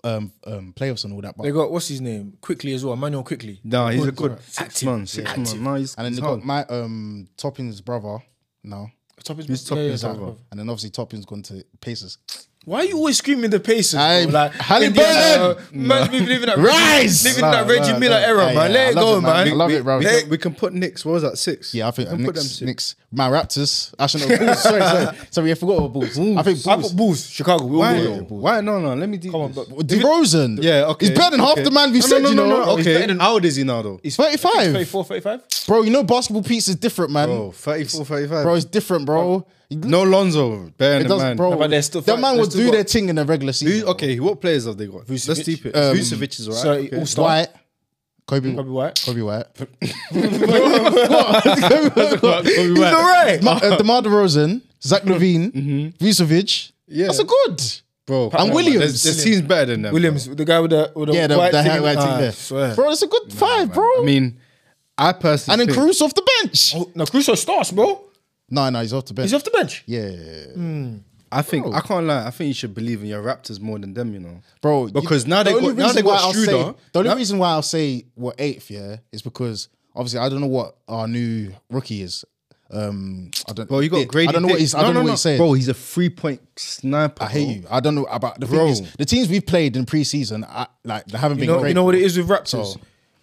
B: um, um, playoffs and all that. But
C: They got what's his name? Quickly as well. Manuel Quickly.
A: Nah, he's a good six
C: Active.
A: man. Six man. Nah, he's,
B: and then
A: he's
B: they
A: hard.
B: got my um Toppin's brother now,
C: Top is
A: He's top
C: yeah,
A: is
C: yeah,
A: over.
C: top.
B: and then obviously Toppin's gone to Pacers.
C: Why are you always screaming the paces?
B: Aye,
C: bro? Like uh,
B: Halliburton!
C: man, be living that
B: Rise!
C: living
B: Nah,
C: that Reggie
B: nah,
C: Miller
B: nah.
C: era,
B: Aye,
C: man.
B: yeah,
C: Let
B: I
C: it
B: love
C: go,
B: it, man.
C: man.
B: I love it, bro.
A: We,
B: Hey.
A: can, we can put Knicks. What was that six?
B: Yeah, I think
A: we
B: uh,
A: can put them
B: Knicks,
A: six.
B: Knicks, my Raptors. I should know. Bulls, sorry, sorry, sorry. I forgot about Bulls. I think
C: I put
B: Bulls.
C: Bulls, Chicago. We all
A: Why?
C: know.
A: Why? No, no. Let me do. Come on, but
B: DeRozan.
A: yeah, okay.
B: He's better than half
A: okay.
B: the man
A: No,
B: we've
A: no,
B: said.
A: no,
B: you
A: no,
B: know,
A: no,
B: He's
A: Okay.
B: better than-
A: How old is he now, though?
B: thirty-five.
C: 34, 35?
B: Bro, you know basketball piece is different, man.
A: Bro, 34, 35.
B: Bro, it's different, bro.
A: no Lonzo, bear in
B: It
A: the
B: does,
A: man.
B: bro.
C: No, but they're still-
B: that man
C: they're
B: would
C: still
B: do
C: got-
B: their thing in the regular
A: Who,
B: season.
A: okay, what players have they got? Let's deep it.
B: Um,
A: Vucevic is alright.
C: So
A: okay.
C: all star.
B: White, Kobe,
C: Kobe White.
B: Kobe White,
A: Kobe
C: He's
A: White.
C: alright.
B: Ma- uh, Demar Derozan, Zach Levine, Vucevic.
A: Mm-hmm. Yeah.
B: that's a good.
A: bro.
B: And Williams.
A: There's, there's teams better than them.
C: Oh, Williams, the guy with the with the
B: Yeah, the,
C: white
B: the
C: thing.
B: hat white
C: Ah,
B: team
C: I
B: there,
C: swear.
B: bro. That's a good five, bro.
A: I mean, I personally.
B: and then
A: think-
B: Cruz off the bench.
C: Oh, no, Crusoe starts, bro.
B: No, no, he's off the bench.
C: He's off the bench.
B: yeah,
A: I think I can't lie. I think you should believe in your Raptors more than them. You know,
B: bro. you-
A: Because now
B: the
A: they
B: only
A: got now
B: reason
A: they
B: why
A: got
B: I'll say-
A: Schroeder.
B: The only
A: Now-
B: reason why I'll say we're eighth, yeah, is because obviously I don't know what our new rookie is. Um, I don't.
A: Bro, you got
B: Dick.
A: Grady.
B: I don't know what
A: Dick.
B: he's. I
A: No,
B: don't
A: no,
B: know
A: no.
B: what he's saying.
A: Bro, he's a three point sniper.
B: I hear you. I don't know about the thing
A: Bro.
B: is, the teams we've played in preseason. I, like they haven't
C: You
B: been
C: know,
B: great.
C: you know what it is with Raptors?
B: So-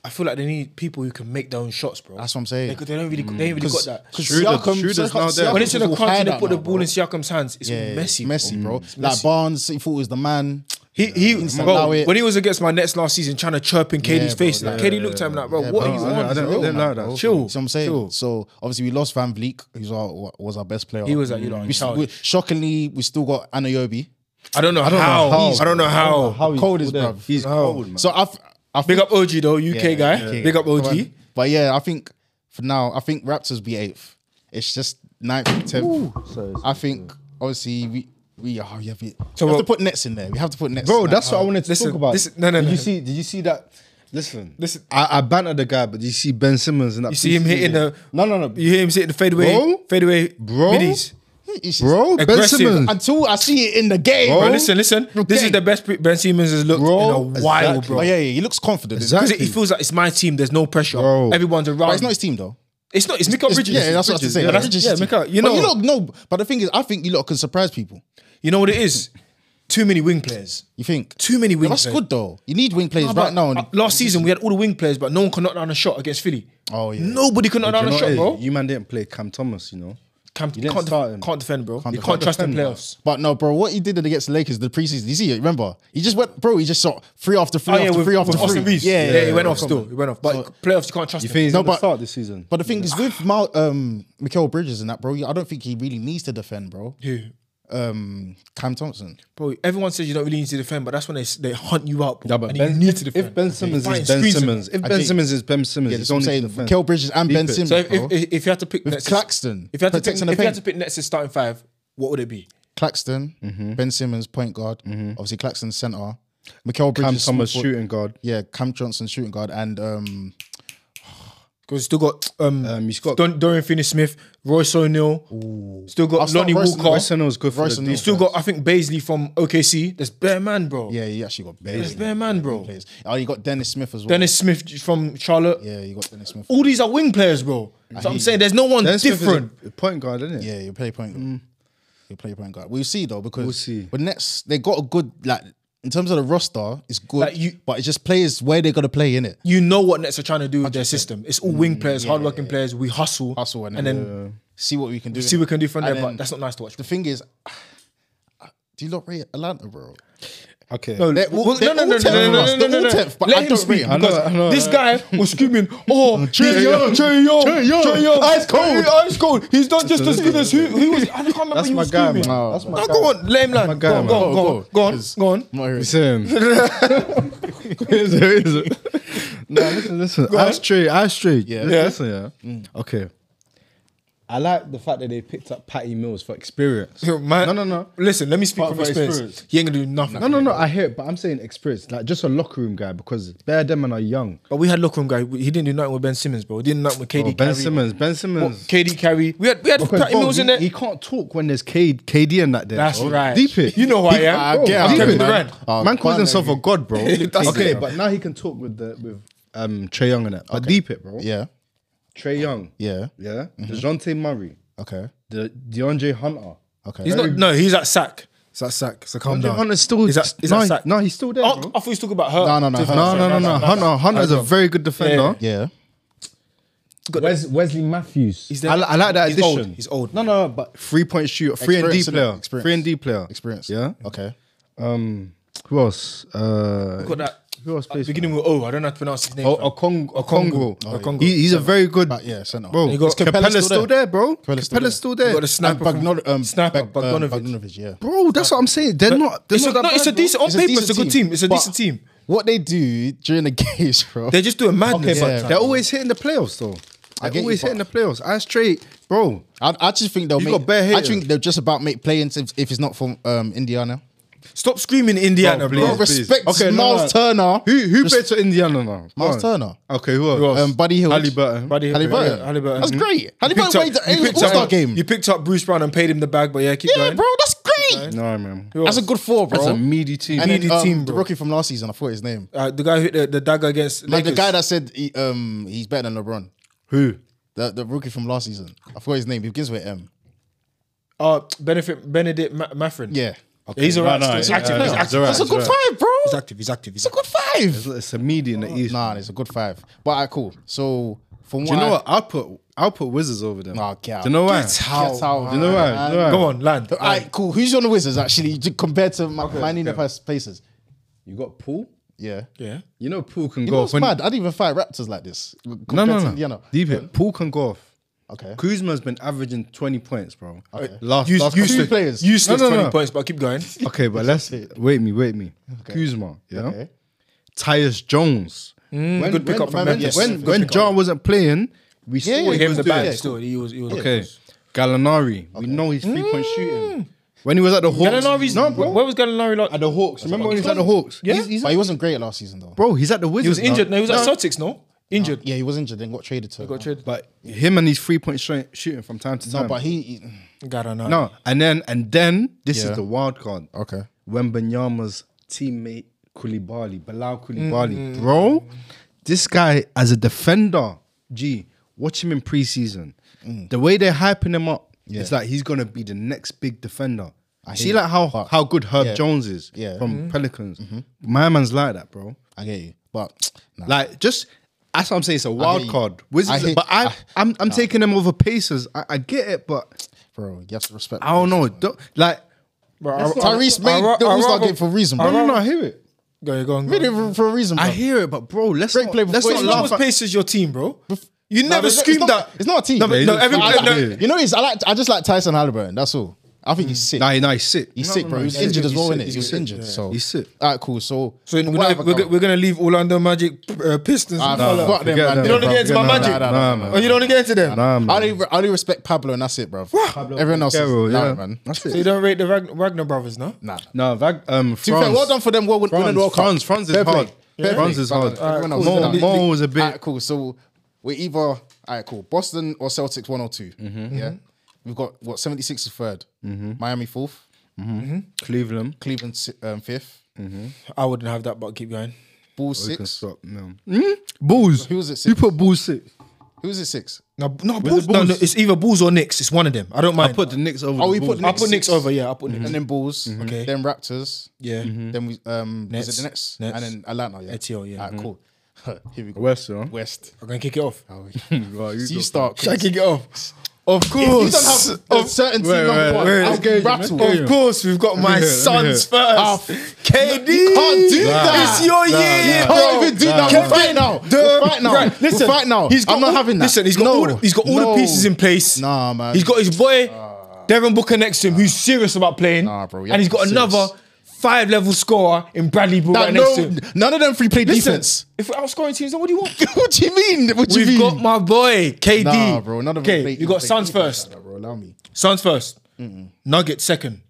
C: I feel like they need people who can make their own shots, bro.
B: That's what I'm saying.
C: They, they don't really, they ain't really got that.
A: Schroeder- Schroeder's now there.
C: When it's in the
B: all
C: crunch
B: tied
C: and they
B: up
C: put the
B: now,
C: ball
B: bro.
C: in Siakam's hands, it's
B: Yeah,
C: messy.
B: Messi, bro.
A: Mm.
B: Like Barnes, he thought was the man.
C: He, he,
B: allow
C: bro,
B: it.
C: when he was against my Nets last season, trying to chirp in KD's
B: bro,
C: face, like KD looked at him like, bro, what
A: bro,
C: are you
A: I don't-
C: on?
A: I don't-
C: bro?
A: I don't like that.
C: Chill.
B: You see what I'm saying?
C: Chill.
B: So obviously we lost Van Vliet, who's our wa- was our best player.
C: He was like, you know,
B: we, st- we,
C: childish.
B: shockingly we still got Anayobi.
C: I don't know how.
A: how.
C: I don't know how.
A: he's
B: Cold is,
A: there.
B: bruv.
A: He's cold, man.
B: So I've, I
C: Big
B: think,
C: up OG though, UK guy. Big up OG.
B: but yeah, I think for now, I think Raptors be eighth. It's just ninth, tenth. I think obviously we we oh, yeah, we, we have
C: what-
B: to put nets in there. We have to put nets.
A: Bro,
B: in
A: that's
B: that.
A: what I wanted to
C: Listen,
A: talk about.
C: listen- no, no,
A: did
C: no.
A: you see? Did you see that? Listen,
C: Listen.
A: I, I bantered the guy, but did you see Ben Simmons in that?
C: You see him
A: preseason
C: hitting
A: game?
C: the
A: No, no, no.
C: You hear him hitting the fadeaway,
A: Bro?
C: fadeaway
A: Bro?
C: middies.
B: It's just-
F: Bro, Ben
C: Aggressive.
F: Simmons.
B: Until I see it in the game,
C: Bro,
B: bro.
C: listen, listen. This
B: Okay.
C: is the best Ben Simmons has looked
F: Bro,
C: in a while,
F: exactly.
C: bro.
B: Oh, yeah, yeah, he looks confident.
C: Because
F: Exactly.
C: he feels like it's my team. There's no pressure.
F: Bro.
C: Everyone's around.
B: But it's not his team though.
C: It's not. It's Mikael
B: It's-
C: Bridges.
B: yeah, that's what I was
C: Bridges,
B: saying.
C: Yeah, that's-
B: Bridges'
C: yeah,
B: team.
C: Mikael. You
B: But
C: know,
B: you lot, no. But the thing is, I think you lot can surprise people.
C: you know what it is. Too many wing players.
B: You think
C: Too many wing
B: But That's
C: players.
B: good though. You need wing players
C: No,
B: right
C: but,
B: now.
C: uh, last season we had all the wing players, but no one could knock down a shot against Philly.
B: Oh, yeah.
C: Nobody could knock
A: Do
C: down
A: you
C: a
A: know what it
C: shot,
A: is?
C: bro.
A: You man didn't play Cam Thomas, you know.
C: Cam,
A: didn't
C: can't,
A: start him.
C: can't defend, bro. you
B: defend.
C: can't trust the
A: Defend, bro.
C: playoffs.
B: But no, bro, what he did against the Lakers the preseason, you see it, remember? He just went, bro, he just shot three after three
C: Oh
B: after
C: yeah, with,
B: three after
C: with
B: three.
C: Austin Reeves.
B: Yeah, yeah,
C: yeah, he went off still. He went off. But playoffs, you can't trust
A: You
C: him.
A: think he's
B: No,
A: going
B: but-
A: to start this season?
B: But the thing is, with Mal, um, Mikael Bridges and that, bro, I don't think he really needs to defend, bro.
C: Who?
B: Um, Cam Thompson.
C: Bro, everyone says you don't really need to defend, but that's when they s- they hunt you out. Bro,
A: Yeah, but
C: and
A: ben,
C: you need
A: if,
C: to defend.
A: if Ben Simmons
C: Fine,
A: is Ben
C: squeeze him.
A: Simmons, if
B: I
A: Ben
B: think-
A: Simmons is Ben Simmons,
B: Yeah,
A: you
B: that's
A: don't
B: what I'm
A: need to
B: saying.
A: defend.
B: Mikael Bridges and
A: Deep
B: Ben
A: it.
B: Simmons,
C: So if,
B: bro.
C: if, if, if you had to pick Nets,
B: Claxton,
C: if you had to pick,
B: protecting the
C: if you had
B: paint.
C: to pick Nets' starting five, what would it be?
B: Claxton,
A: Mm-hmm.
B: Ben Simmons, point guard. Obviously, Claxton, center. Mikael
A: Cam
B: Bridges,
A: Thomas
B: small forward.
A: shooting guard.
B: Yeah, Cam Johnson, shooting guard, and um,
C: Because you still got um,
A: Um, he's got-
C: Don, Dorian Finney-Smith, Royce O'Neal, still got
B: I'll start
C: Lonnie
B: Royce-
C: Walker,
A: Royce O'Neal's good for
B: Royce
A: the
B: O'Neal.
A: defense.
C: still got I think Baisley from OKC. There's bare man, bro.
B: yeah, he actually got
C: There's
B: buried.
C: bare man, bro.
B: players. Oh, you got Dennis Smith as well.
C: Dennis Smith from Charlotte.
B: Yeah, you got Dennis Smith.
C: All these are wing players, bro. So I'm saying there's no one
A: Ben Simmons is a
C: different.
A: point guard, isn't it?
B: Yeah, you play point
C: Mm.
B: guard. You play point guard. We'll see though because
A: We'll see.
B: But Nets they got a good like in terms of the roster, it's good.
C: Like, you-
B: but it just plays where they're gonna play in it.
C: you know what Nets are trying to do with their system. It's all wing players, hardworking players. We hustle,
B: Hustle and
C: and then
B: See what we can do.
C: see what we can do from
B: And
C: there. But
B: then-
C: that's not nice to watch.
B: The thing is, do you not rate Atlanta, bro?
A: Okay.
C: No,
B: They're all-
C: Oh, well,
B: they're
C: no, no,
B: all
C: no, no,
B: tenth
C: no,
B: for us.
C: no, no,
B: They're
C: no,
B: all
C: no.
B: tenth, but I
C: Let him
B: don't
C: speak
B: rate 'em.
C: because
A: I know, I know,
C: this
A: I
C: guy was screaming, "Oh, Trey Young, Trey Young, Trey Young, Trey Young, ice cold, ice cold." He's done just as good as who? Who was? I can't remember.
A: That's
C: who
A: my
C: was
A: guy, man.
C: screaming.
A: That's my
C: No,
A: guy.
C: go on, let him
A: my
C: land.
A: guy,
C: Go on,
A: man.
C: go on, go on, go on, go on.
B: I'm not hearing
A: It's
B: it.
A: him. It's him, it's him. No, listen, listen. Ashtray, Ashtray. Yeah.
B: Yeah.
A: Listen, yeah. Okay. I like the fact that they picked up Patty Mills for experience.
C: Yo, man,
A: no, no, no.
C: Listen, let me speak
A: Part
C: from
A: of my
C: experience.
A: experience.
C: He ain't gonna do nothing.
A: No, no, no. I hear it, but I'm saying experience. Like just a locker room guy because Bear Demon are young.
C: But we had locker room guy. He didn't do nothing with Ben Simmons, bro. He didn't do nothing with KD.
A: Oh, ben
C: Kyrie.
A: Simmons. Ben Simmons.
C: KD carry. We had we had
A: Because,
C: Patty
A: bro,
C: Mills
A: he,
C: in there.
A: he can't talk when there's Cade, KD and that there.
C: That's
A: bro.
C: right.
A: Deep it.
C: You know who I am.
B: Ah,
A: Bro,
B: get out,
A: deep
C: Kevin
A: it.
C: Durant.
B: Oh,
A: man calls
B: can't
A: himself a
B: let
A: god, bro.
C: That's
A: okay,
C: it.
A: but now he can talk with the with um Trey Young and that. But deep it, bro.
B: Yeah,
A: Trey Young.
B: yeah.
A: Yeah. Mm-hmm. DeJounte Murray.
B: Okay,
A: The DeAndre Hunter.
B: okay.
C: He's not. No, he's at sack. He's at sack. So calm
A: DeAndre
C: down.
A: Hunter's still.
C: Is that- is
A: no,
C: that sack?
A: no, he's still there.
C: Oh,
A: bro.
C: I thought you was talking about her.
B: No, no, no, her.
A: No, no, no, no. Hunter, Hunter's a
C: Hunter.
A: very good defender.
B: yeah,
A: Wes, Wesley Matthews.
C: He's there.
A: I, li- I like that
C: He's
A: addition.
C: old. He's old.
A: No, no, but three point shooter, three and D
B: Experience, innit?
A: player,
B: Experience.
A: three and D player.
B: experience.
A: Yeah.
B: okay.
A: Um, who else? Uh,
C: Got that.
A: who else plays?
C: Beginning with O. I don't know how to pronounce his name.
A: Oh,
C: fam.
A: Okong- Okongo.
C: Oh, Okongo.
A: He, he's a very good.
B: But yeah, center.
A: Bro,
C: You got-
A: Is Capella's,
B: Capella's
A: still
B: still
A: there, bro. Capella's,
B: Capella's still
A: still there.
C: You got the
B: And
C: sniper. from-
B: Bagnod- um,
C: Sniper.
B: Bag- um,
C: Bogdanovic.
B: Bogdanovic, yeah.
A: Bro, that's what I'm saying. They're not. They're
C: It's a-
A: not that
C: no,
A: bad,
C: it's a
A: bro.
C: decent. On paper, it's a
B: decent
C: good team. It's a
B: But
C: decent team.
B: What they do during the games, bro.
C: They're just doing madness.
A: Okay, but
B: Yeah.
A: they're always hitting the playoffs, though.
B: I
A: They're
B: get you,
A: always
B: but-
A: hitting the playoffs. I straight, bro.
B: I, I just think they'll
A: You
B: make.
A: got bare
B: I
A: haters.
B: think they'll just about make play-ins if, if it's not from um, Indiana.
C: Stop screaming, Indiana,
A: Bro,
C: bro.
A: please.
B: respect
A: Okay, no,
B: Miles
A: no.
B: Turner.
A: Who who
B: Res-
A: plays for Indiana now?
B: Miles
A: Go on.
B: Turner.
A: Okay, who else?
B: Um, Buddy Hield.
A: Halliburton.
C: Buddy Hield.
B: Halliburton.
C: Yeah, Halliburton.
B: That's
C: Mhm.
B: great.
C: You
B: Halliburton
C: picked up-
B: played the-
C: you
B: it was
C: picked
B: All-Star
C: up-
B: game.
C: You picked up Bruce Brown and paid him the bag, but yeah, keep
B: Yeah,
C: going.
B: bro, that's great.
A: No, man.
B: That's a good four, bro.
A: That's a meaty team.
B: And then,
C: meaty
B: um,
C: team,
B: the
C: bro.
B: rookie from last season, I forgot his name.
C: Uh, the guy who hit the, the dagger against
B: Like the
C: Lakers.
B: guy that said he, um, he's better than LeBron.
A: who?
B: The, the rookie from last season. I forgot his name. He begins with M.
C: uh, benefit Benedict Ma- Mathrin.
B: Yeah.
C: he's alright.
A: No, no,
C: he's
A: yeah,
C: active.
A: yeah,
C: he's
A: yeah.
C: active.
A: He's alright.
B: That's a good
A: right.
B: five, bro.
C: He's active. He's active. He's
B: It's a good five.
A: It's a meaty in the East.
B: Nah, it's a good five. But all right, cool. So from
A: Do you
B: what
A: know
B: I-
A: what? I'll put I'll put Wizards over them.
B: Nah, get out.
A: Do you know why?
C: Get
A: Do
C: out.
B: That's how.
A: you know why? Do you know why?
C: Go on, land.
B: All right, cool. Who's on the Wizards actually j- compared to my, my Nina Pacers?
A: You got Poole.
B: Yeah.
C: Yeah.
A: You know Poole can
B: You
A: go
B: know
A: off.
B: what's mad? I didn't even fight Raptors like this.
A: No,
B: compared
A: no,
B: to
A: no.
B: Indiana.
A: Deep it. Poole can go off.
B: Okay.
A: Kuzma's been averaging 20 points, bro. Uh,
B: Okay.
A: Last,
C: Use,
A: last
C: useless
B: two players.
C: Useless
A: No, no,
C: twenty
A: no.
C: points, but keep going.
A: Okay, but let's wait me, wait me. Kuzma, yeah.
B: Okay.
A: Tyus Jones. when,
C: Mm. good pickup
A: when,
C: from
A: when-
C: Memphis.
A: When,
C: Good
A: when John wasn't playing, we saw
B: yeah,
A: what
C: He
A: he
C: gave him
A: was
C: the
A: doing.
C: bag. Still, he was. He was
A: Okay. Gallinari. We know he's three point shooting. When he was at the Hawks.
C: Gallinari's.
A: no, bro.
C: Where was Gallinari? Like,
A: At the Hawks. Remember when he was at the Hawks?
C: Yeah.
A: He's, he's
B: But
A: at,
B: he wasn't great last season though.
A: bro, he's at the Wizards.
C: he was injured. No,
A: now.
C: he was at Celtics. No, Injured.
B: Yeah, he was injured and got traded to.
C: Got traded.
A: But him and his three point sh- shooting from time to time.
B: No, but he, he-
C: God, I know.
A: No, and then and then this
B: Yeah.
A: is the wild card.
B: Okay.
A: When Banyama's teammate Koulibaly, Bilal Koulibaly,
B: Mm-hmm.
A: bro, this guy as a defender, gee, watch him in preseason.
B: Mm.
A: The way they're hyping him up, it's like he's gonna be the next big defender. See
B: hear
A: like how how good Herb
B: Yeah.
A: Jones is
B: Yeah. Mm-hmm.
A: from Pelicans. My man's like that, bro.
B: I get you, but nah.
A: Like just that's what I'm saying. It's a
B: get
A: wild
B: you.
A: card.
B: I
A: Wizards,
B: hear-
A: but I,
B: I-
A: I'm I'm taking them over Pacers. I, I get it, but
B: bro, you have to respect.
A: I don't know. Don't, like
C: Bro, I-
B: Tyrese made
C: I- I-
B: the
C: I-
B: All-Star
C: rather-
B: game for a reason,
C: I
B: bro.
A: no,
C: rather-
A: no, I hear it.
C: Go, go on. Go
B: Made
C: on.
B: it for- for a reason. Bro.
A: I hear it, but bro, let's
B: Great
A: not,
B: play
A: let's
B: before
A: not
C: It's not
A: laugh.
C: as
A: At,
C: Pacers your team, bro. You
B: No,
C: never
B: it's not-
C: screamed
B: it's not-
C: that.
B: It's not a team.
C: No, but-
A: Yeah,
C: no,
A: it's
C: every,
A: not-
C: no,
A: it's not-
B: You know, he's I like I just like Tyson Halliburton. That's all. I think he's sick.
A: nah, nah, he's sick.
B: He's
A: No,
B: sick,
A: no,
B: bro.
A: no,
B: He's injured as well,
A: sick,
B: innit? He
A: he's
B: was
A: sick.
B: injured. So
A: He's sick.
B: All right, cool. So
C: So we're,
B: whatever,
C: gonna, we're,
B: go.
C: gonna- we're gonna leave Orlando Magic uh, Pistons.
B: Ah,
C: bro.
B: fuck them,
A: forget them,
B: man. You
C: you don't
A: bro.
C: wanna get into my
A: Nah,
C: magic.
A: nah, nah, nah, nah.
C: Oh, you don't wanna get into them.
A: Nah,
B: I
A: man.
B: only, I only respect Pablo, and that's it, bro. Everyone else,
A: Carroll,
B: is, nah,
A: yeah.
B: man.
A: That's
C: So you
A: it.
C: don't rate the Ragn- Wagner brothers, no?
B: Nah.
A: No, Vag, um,
B: To be fair,
A: France-
B: well done for them. Well, win- winning
A: France,
B: the World Cup.
A: France, France is
B: Fair play.
A: hard.
B: Fair play.
A: France is
B: Well
A: hard.
B: done. Everyone else
A: Mo-
B: is done.
A: Mo was a bit-
B: Alright, cool. So we're either alright, cool. Boston or Celtics one or 2
A: Mm-hmm.
B: Yeah, we've got what 76 is 3rd Miami 4th
A: Cleveland.
B: Cleveland si- um, fifth,
C: I wouldn't have that, but keep going.
B: Bulls
A: You can
B: six.
A: stop. No. Bulls.
B: Who was it,
A: You
B: six?
A: put Mm-hmm. Bulls six.
B: Who's it six?
C: No, no, Bulls, no,
A: Bulls?
C: no, it's either Bulls or Knicks. It's one of them. I don't
A: I
C: mind.
A: put the Knicks over.
B: Oh,
A: the
B: we
A: Bulls.
B: put
C: I
B: Knicks.
C: put Knicks
B: six.
C: over. Yeah, I put Knicks.
B: And then Bulls.
A: Mm-hmm.
C: Okay.
B: Then Raptors.
C: Yeah.
B: Then we um was
C: Nets.
B: it the Nets?
C: Nets.
B: And then Atlanta. Yeah.
C: ATL, yeah.
B: Alright,
A: Mm-hmm.
B: cool. Here we go.
A: West, huh?
B: West.
C: I'm gonna kick it off.
B: Oh,
A: Bro,
B: so
A: go
B: you start.
C: Should I kick it off? Of
B: You
C: course.
B: don't have a certain team
A: Wait,
B: number
A: wait,
B: one.
A: wait.
B: I'll
A: Let's go,
B: get
A: man.
B: rattled.
A: Let's
C: Of course, we've got
A: Let
C: my
A: me hear it, let me
C: sons first. KD,
B: can't do that.
C: It's your
A: Nah,
C: year,
A: nah.
C: bro.
B: Can't even do that. We'll
C: Kevin
B: fight now. We'll fight now.
C: Durant.
B: We'll
C: Listen,
B: fight now.
C: He's got
B: I'm not
C: all-
B: having that.
C: Listen, he's got
B: No.
C: all. The, he's got all
B: No.
C: the pieces in place.
B: Nah, man. Ah.
C: He's got his boy, Devin Booker next to him, who's serious about playing.
B: Nah, bro, you have
C: And he's
B: to
C: got
B: be
C: another five level scorer in Bradley Beal
B: That
C: right next to him.
B: no, none of them three play
C: Listen,
B: defense.
C: If we're outscoring teams, then what do you want?
B: what do you mean? What do you
C: We've
B: mean?
C: got my boy KD.
B: nah, bro. None of them.
C: Okay,
B: play-
C: you got
B: play
C: Suns
B: defense
C: first.
B: like that, bro. Allow me.
C: Suns first. Nuggets second.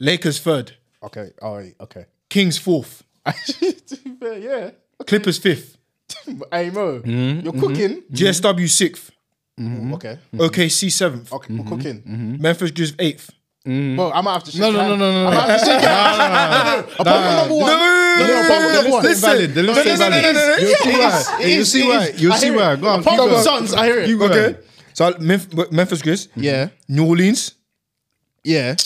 C: Lakers third.
B: Okay. All right. Okay.
C: Kings fourth.
B: to be fair, yeah.
C: Clippers fifth.
B: Hey, Mo, you're cooking.
C: GSW sixth.
B: Okay.
C: OKC seventh.
B: Mm-hmm. Okay, we're cooking.
C: Memphis Grizz eighth.
B: Bro, I might have to shake
A: No, no,
B: your
A: no,
B: hand.
A: no, no, no.
B: Apart from number one. No, no, apart from number one.
A: Listen, valid. The list
C: no,
A: is
C: no, no,
A: valid.
C: no, no, no.
A: You'll see why.
B: It is,
A: You'll
B: it
A: see
B: is,
A: why.
B: it is.
A: You'll
B: I
A: see
B: hear
A: why.
B: it.
A: Go on.
B: Apart
A: keep
B: from
A: going.
B: Suns, I hear it.
A: Keep going.
C: Okay. So I- Memf- Memphis Grizz.
B: Mm-hmm. Yeah.
C: New Orleans.
B: Yeah.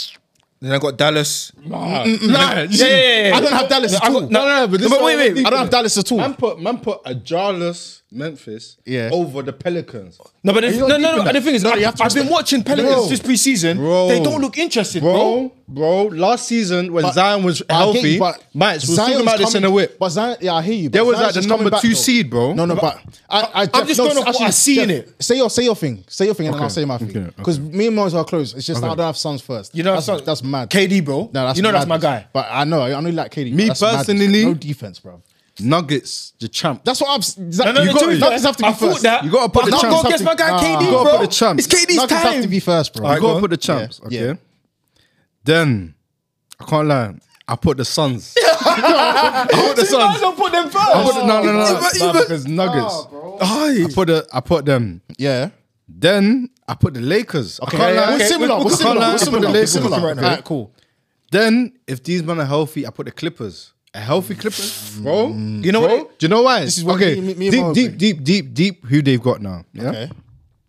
C: Then I got Dallas.
A: Nah.
C: Nah, yeah, yeah, yeah.
B: I don't have Dallas at
C: I
B: all.
C: got- No, no, no, but this-
A: wait, wait.
B: I don't have Dallas at all.
A: Man put man put a jarless Memphis
B: Yeah.
A: over the Pelicans.
C: No, but the, no, no, no. And the thing is, I,
B: you have to
C: I've been watching Pelicans
A: Bro.
C: this preseason.
A: Bro.
C: They don't look interested, bro.
A: Bro, bro, last season when
B: But-
A: Zion was
B: I get
A: healthy,
B: you, but
A: Mike, we were
B: Zion's
A: talking about this in
B: coming-
A: the whip.
B: But Zion, yeah, I hear you. but
A: There was,
B: Zion's
A: like, the
B: just coming
A: number
B: back,
A: two
B: though.
A: seed, bro.
B: No, no, but I, I, Jeff,
C: just
B: no,
C: going off what
B: actually,
C: I see,
B: Jeff,
C: innit?
B: Say your, say your thing. Say your thing, and then I'll
A: Okay,
B: say my thing.
A: okay,
B: Because me and Mo's are close. It's just I don't have sons first.
C: You know,
B: that's,
C: so-
B: that's mad.
C: KD, bro.
B: No, that's
C: you know that's my
B: madness.
C: guy.
B: But I know, I only like KD.
A: Me
B: That's madness.
A: personally-
B: no defense, bro.
A: Nuggets, the champ.
B: That's what I've.
C: No, no,
B: you
C: no,
B: got
C: to be
B: to,
C: fair,
B: Nuggets have to be
C: I thought
B: first.
C: that.
A: You gotta put
C: but
A: the
C: now
A: champs
C: go guess
B: up
C: my
B: to-
C: guy
B: Nah.
C: KD,
B: You
A: gotta
C: bro.
A: put the champs.
C: It's KD's
B: Nuggets
C: time.
B: have to be first, bro.
A: you
B: You
A: gotta
B: got-
A: put the champs,
B: Yeah,
A: okay? Then I can't lie, I put the Suns. I put the
C: You might as
A: Suns.
C: well put them
A: I put
C: first.
A: the, no, no,
C: You
A: no,
C: might- you
A: no,
C: might-
A: because Nuggets. I put the, I put them.
B: yeah.
A: Then I put the Lakers. I can't
C: yeah,
A: lie.
B: We're
C: okay,
B: similar.
C: we-
B: We're
C: we can't
B: similar.
A: lie,
B: We're
A: I put
B: similar.
A: the
B: We're
A: Lakers
B: similar.
A: right now.
B: Alright, cool.
A: Then, if these men are healthy, I put the Clippers. A healthy Clippers,
B: Mm,
A: bro. You
C: know
A: bro,
C: what?
A: Do you know why? This
B: is what
A: okay.
B: me- me- me and Mo
A: deep,
B: agree.
A: deep, deep, deep, deep. Who they've got now? Yeah.
B: Okay.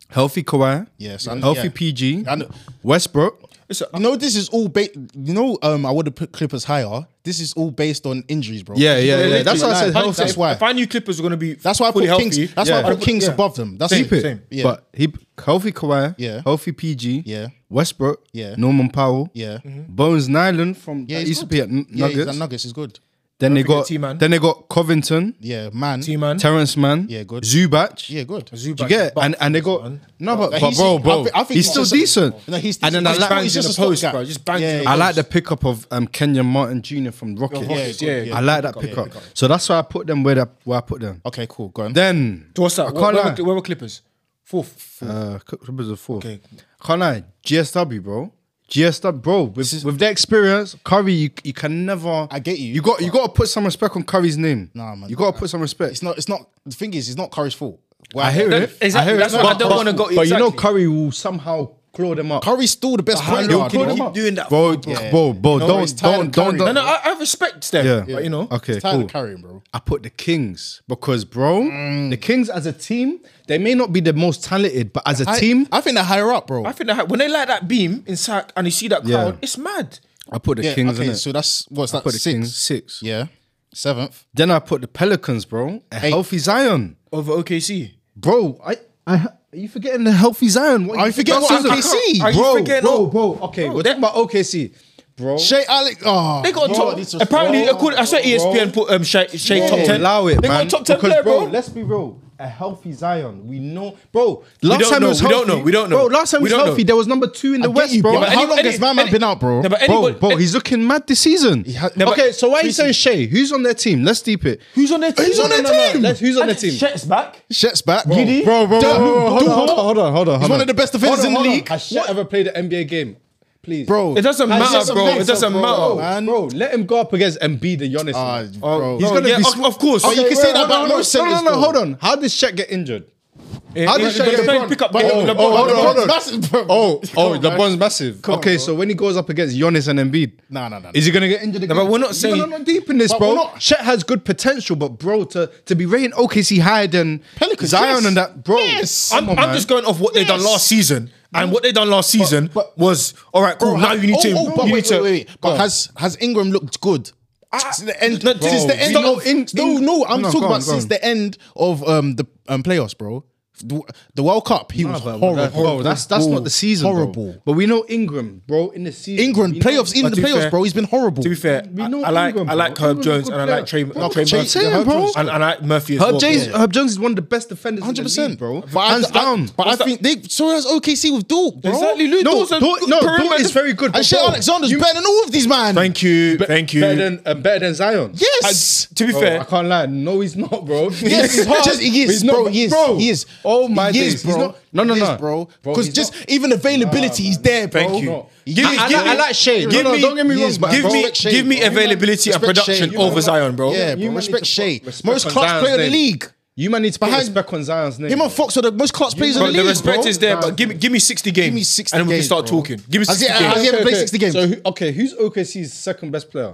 A: Healthy Kawhi.
B: Yes, I know-
A: Healthy
B: yeah.
A: PG.
B: I know.
A: Westbrook.
B: You know, this is all based. You know, um, I would have put Clippers higher. This is all based on injuries, bro.
A: Yeah, yeah, yeah. That's why I said
C: If I-
A: healthy.
B: That's why.
C: If I knew Clippers were going to be
B: That's why I
C: fully
B: put
C: healthy,
B: Kings. That's why
A: yeah.
B: I put Kings
C: Yeah.
B: above them. That's it.
C: Same,
A: Keep it.
C: same.
B: Yeah.
A: But he healthy Kawhi.
B: Yeah.
A: Healthy PG.
B: Yeah.
A: Westbrook.
B: Yeah.
A: Norman Powell.
B: Yeah.
C: Mm-hmm.
A: Bones Nyland from
B: Yeah,
A: that
B: he's
A: used to
B: good.
A: be at N-
B: Yeah, he's-
A: Nuggets.
B: that Nuggets is good.
A: then they
C: forget
A: got
C: T-Man.
A: then they got Covington,
B: Yeah, man.
C: T-Man.
A: Terrence Mann,
B: Yeah, good.
A: Zubac.
B: Yeah, good.
A: Do you get it? and and they got no, but, but
B: But he's-
A: bro, bro,
B: I thi- I think
A: he's
B: he's
A: still
B: just a-
A: decent.
B: No, he's
A: and then I
B: decent.
A: like,
B: He's
C: Bangs in
B: just
C: the
B: a
C: post,
B: stopgap.
C: bro. Just bangs.
B: Yeah,
C: in the
B: yeah.
A: I
C: post.
A: like the pickup of um Kenyon Martin Jr. from Rockets.
B: Rockets,
C: Yeah, yeah, yeah.
A: I like that pickup. So that's why I put them where, that, where I put them.
B: Okay, cool. Go on.
A: Then
C: So what's that?
A: I
C: Where,
A: can't
C: where,
A: lie.
C: were, where were Clippers? Fourth.
A: Uh, Clippers are four.
C: Okay.
A: Can't lie, GSW, bro. GSW, bro, with, with the experience, Curry, you, you can never.
B: I get you,
A: You got you got to put some respect on Curry's name.
B: Nah, man.
A: You got to put some respect.
B: It's not. It's not. The thing is, it's not Curry's fault. Well,
A: I hear
C: That-
A: it.
C: exactly,
A: I hear
C: that's
A: it.
C: why I
A: But-
C: don't
A: but-
C: wanna go-
A: But you know,
C: exactly.
A: Curry will somehow claw them up.
B: Curry's still the best point
A: You'll
B: guard.
A: claw
B: bro.
A: them up.
C: doing that
A: bro?
C: for? Yeah.
A: Bro, bro,
B: it's
A: don't,
B: Tyler
A: don't, don't,
B: Curry.
A: don't.
C: No, no, I, I respect them,
A: Yeah.
C: but you know,
A: Okay,
B: It's Tyler
A: cool.
B: Curry, Mm. bro.
A: I put the Kings because, bro, the Kings as a team, they may not be the most talented, but as a
B: I,
A: team,
B: I think they're higher up, bro.
C: I think that when they light that beam in sack and you see that crowd,
A: Yeah.
C: it's mad.
A: I put the
B: yeah,
A: Kings
B: okay,
A: in it.
B: so that's what's that?
A: put the
B: Six,
A: Kings six.
B: yeah, seventh.
A: Then I put the Pelicans, bro. A healthy Zion,
C: Over OKC,
A: bro. I, I, are you forgetting the healthy Zion? What,
B: you forgetting
A: that's
B: what
A: season-
B: OKC?
C: Are you
A: bro,
C: forgetting
A: bro,
C: all-
A: bro. Okay,
C: Bro,
A: we're
C: they-
A: talking about OKC, bro.
B: Shay Alex. Oh,
C: they got
B: bro,
C: top.
B: these are-
C: apparently,
B: bro.
C: according, I saw ESPN put um Shay, Shay top
A: Bro,
C: ten.
A: Allow it,
C: they
A: man.
C: got top ten
A: because,
C: player,
A: bro,
C: bro.
A: Let's be real. A healthy Zion, we know, bro. Last
C: don't
A: time
C: know,
A: it was
C: we
A: healthy.
C: don't know, we don't know.
A: Bro, last time he
C: We
A: was
C: don't know.
A: healthy, there was number two in the
B: get
A: West,
B: you,
A: bro.
B: bro. But how
C: any-
B: long
C: any-
B: has my man
C: any-
B: been out, bro?
C: No, but
A: Bro,
C: anybody,
A: bro, he's looking mad this season.
B: ha-
C: No,
A: okay,
C: but-
A: so why are you saying Shay? Who's on their team? Let's deep it.
C: who's on their team?
A: Who's on their team? Let's- who's on their team?
C: Shet's back.
B: Shet's back.
C: Giddy.
A: Bro, bro, bro,
B: Duh.
A: bro, bro, hold, on,
B: Duh.
A: hold on, hold on, hold on.
B: He's one of the best defenders in the league,
A: Has Shay ever played an NBA game? Please,
B: bro.
C: It doesn't
A: Has
C: matter,
A: Shay-
C: bro. It doesn't
B: bro,
C: matter.
B: man.
A: Bro, let him go up against Embiid and Giannis.
B: Ah,
A: man.
B: bro.
A: he's
B: No,
A: gonna
C: yeah,
A: be.
C: of-
A: sm-
C: of course.
B: But you can say
A: wait, hold
B: that
A: on,
B: about
A: hold on.
B: most centers,
A: No, no,
B: though.
A: no, hold on. How did Shaq get injured? How did
C: yeah,
A: Shaq get
C: yeah,
A: injured?
C: pick up-
A: Oh,
C: pick
A: oh,
C: up LeBron.
A: oh, hold on,
C: LeBron's
A: hold on.
B: massive, bro.
A: Oh, oh,
B: Come on,
A: LeBron's massive. okay, so when he goes up against Giannis and Embiid,
B: Nah, nah, nah,
A: is he gonna get injured again?
C: but we're not saying-
A: we're not deep in this,
B: But
A: bro.
B: we're not-
A: Shet has good potential, but bro, to, to be rating OKC higher than
B: Pelicans,
A: Zion
B: yes.
A: and that, bro.
B: Yes.
A: come
C: I'm,
A: on,
C: I'm
A: man.
C: just going off what they done
B: Yes.
C: last season, and what they done last season
B: but-
C: was all right. Cool. now you need to.
B: Oh, but
C: you
B: wait,
C: need to.
B: wait, wait, wait.
C: Go
B: But
C: on.
B: has has Ingram looked good? Since the end,
C: no,
B: since
C: bro,
B: the end
C: we know
B: of
A: in-
B: no,
A: in-
B: no, I'm
A: No,
B: talking
A: go on,
B: about
A: go
B: since
A: on.
B: the end of um the um playoffs, bro. The, the World Cup, he was
A: Bro,
B: horrible.
A: that- Bro, that's that's
B: Bro,
A: not the season. bro.
B: Horrible.
A: But we know Ingram, bro, in the season.
B: Ingram
A: we know-
B: playoffs in
C: But
B: the
C: to be
B: playoffs,
C: fair-
B: bro. He's been horrible.
C: To be fair,
A: We
C: I,
A: know
C: I like
A: Ingram,
C: I like
A: bro.
C: Herb
A: Ingram's a
C: Jones
A: good
C: and I like Trey,
A: player. Bro,
C: not Trey
A: Trey-
C: Murphy.
A: Trey
C: Yeah, Herb
A: bro.
C: Jones. and, and I like Murphy as
A: Herb,
C: well.
A: James,
C: Yeah.
A: Herb Jones is one of the best defenders.
B: Hundred
A: in the
B: percent,
A: league, bro.
B: But
A: Hands
B: I,
A: down.
B: I, but I think they so has OKC with Duke, bro.
C: Exactly, Lou
A: no,
C: Dort's a
A: Dort,
C: good
A: no,
C: perimeter
A: Dort is very good.
B: And
A: but
B: Shea
A: bro,
B: Alexander's better than all of these, man.
C: Thank you,
A: be-
C: thank you.
A: Better than uh, better than Zion.
B: yes.
C: to be
A: Bro, I
C: fair,
A: can't lie. No, he's not, bro.
B: Yes,
A: He's
B: he's
A: hard,
B: just, he
A: but
B: is,
A: not,
B: bro. He is,
A: bro.
B: he is.
A: Oh my
B: he
A: days,
B: is, bro.
A: He's not, no, no,
B: He
A: no,
B: is, bro.
A: Bro,
B: Because
A: he's
B: just
A: not-
B: even availability, he's there, bro.
C: Thank you.
B: Give
A: I- I like- I like Shea. No,
C: Give
A: no,
C: me,
A: don't get me wrong, but
C: give
A: bro,
C: me,
A: respect
B: Shea,
C: give me
B: bro.
C: availability and
B: Respect Shea,
C: production
B: you
C: over
B: man.
C: Zion, bro.
B: Yeah,
A: You
B: bro.
A: man need
B: Respect
A: to
B: Shea.
A: put respect
B: Most
A: on
B: clutch
A: Zion's
B: player in the
A: name.
B: league.
A: You man need to put
B: Behind-
A: respect on Zion's name.
B: Him and Fox are the most clutch players in the
C: But
B: league.
C: the respect
B: bro.
C: is there, but give me give me sixty games,
B: Give me 60
C: and then we can
B: games,
C: start
B: bro.
C: talking. Give me
B: Has he-
C: sixty
B: has
C: games.
B: he ever played 60 games?
A: So who, okay, who's OKC's second best player?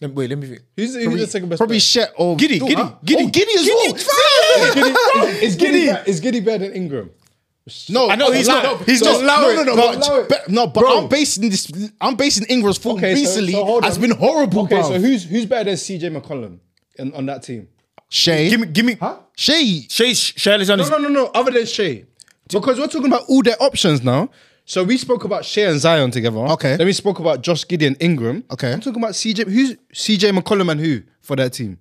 C: Let- Wait, let me think.
A: Who's, who's the second best?
B: Probably
A: player?
B: Shea or
C: Giddy,
B: Duke,
C: Giddy,
B: huh?
C: Giddy.
B: Oh, Giddy as
C: Giddy,
B: well.
A: Is Giddy be- is Giddy better than Ingram?
B: No,
C: I know
B: no,
C: he's
B: no,
C: not.
B: no,
C: He's
B: no,
C: not. Allow
B: No, no,
C: it.
B: no,
A: Allow
B: but,
A: it.
B: but- no, but
A: Bro.
B: I'm basing this. I'm basing Ingram's form
A: Okay, so-
B: recently
A: so hold
B: has
A: on.
B: been horrible,
A: Okay,
B: bro.
A: so who's who's better than CJ McCollum in, on that team?
B: Shea,
C: Give me, give me.
B: Shea.
C: Shay, Shay Alexander.
A: No, no, no, no. Other than Shea, because we're talking about all their options now. So we spoke about Shea and Zion together.
B: Okay.
A: Then we spoke about Josh Giddy and Ingram.
B: Okay.
A: I'm talking about CJ. Who's CJ McCollum and who for that team?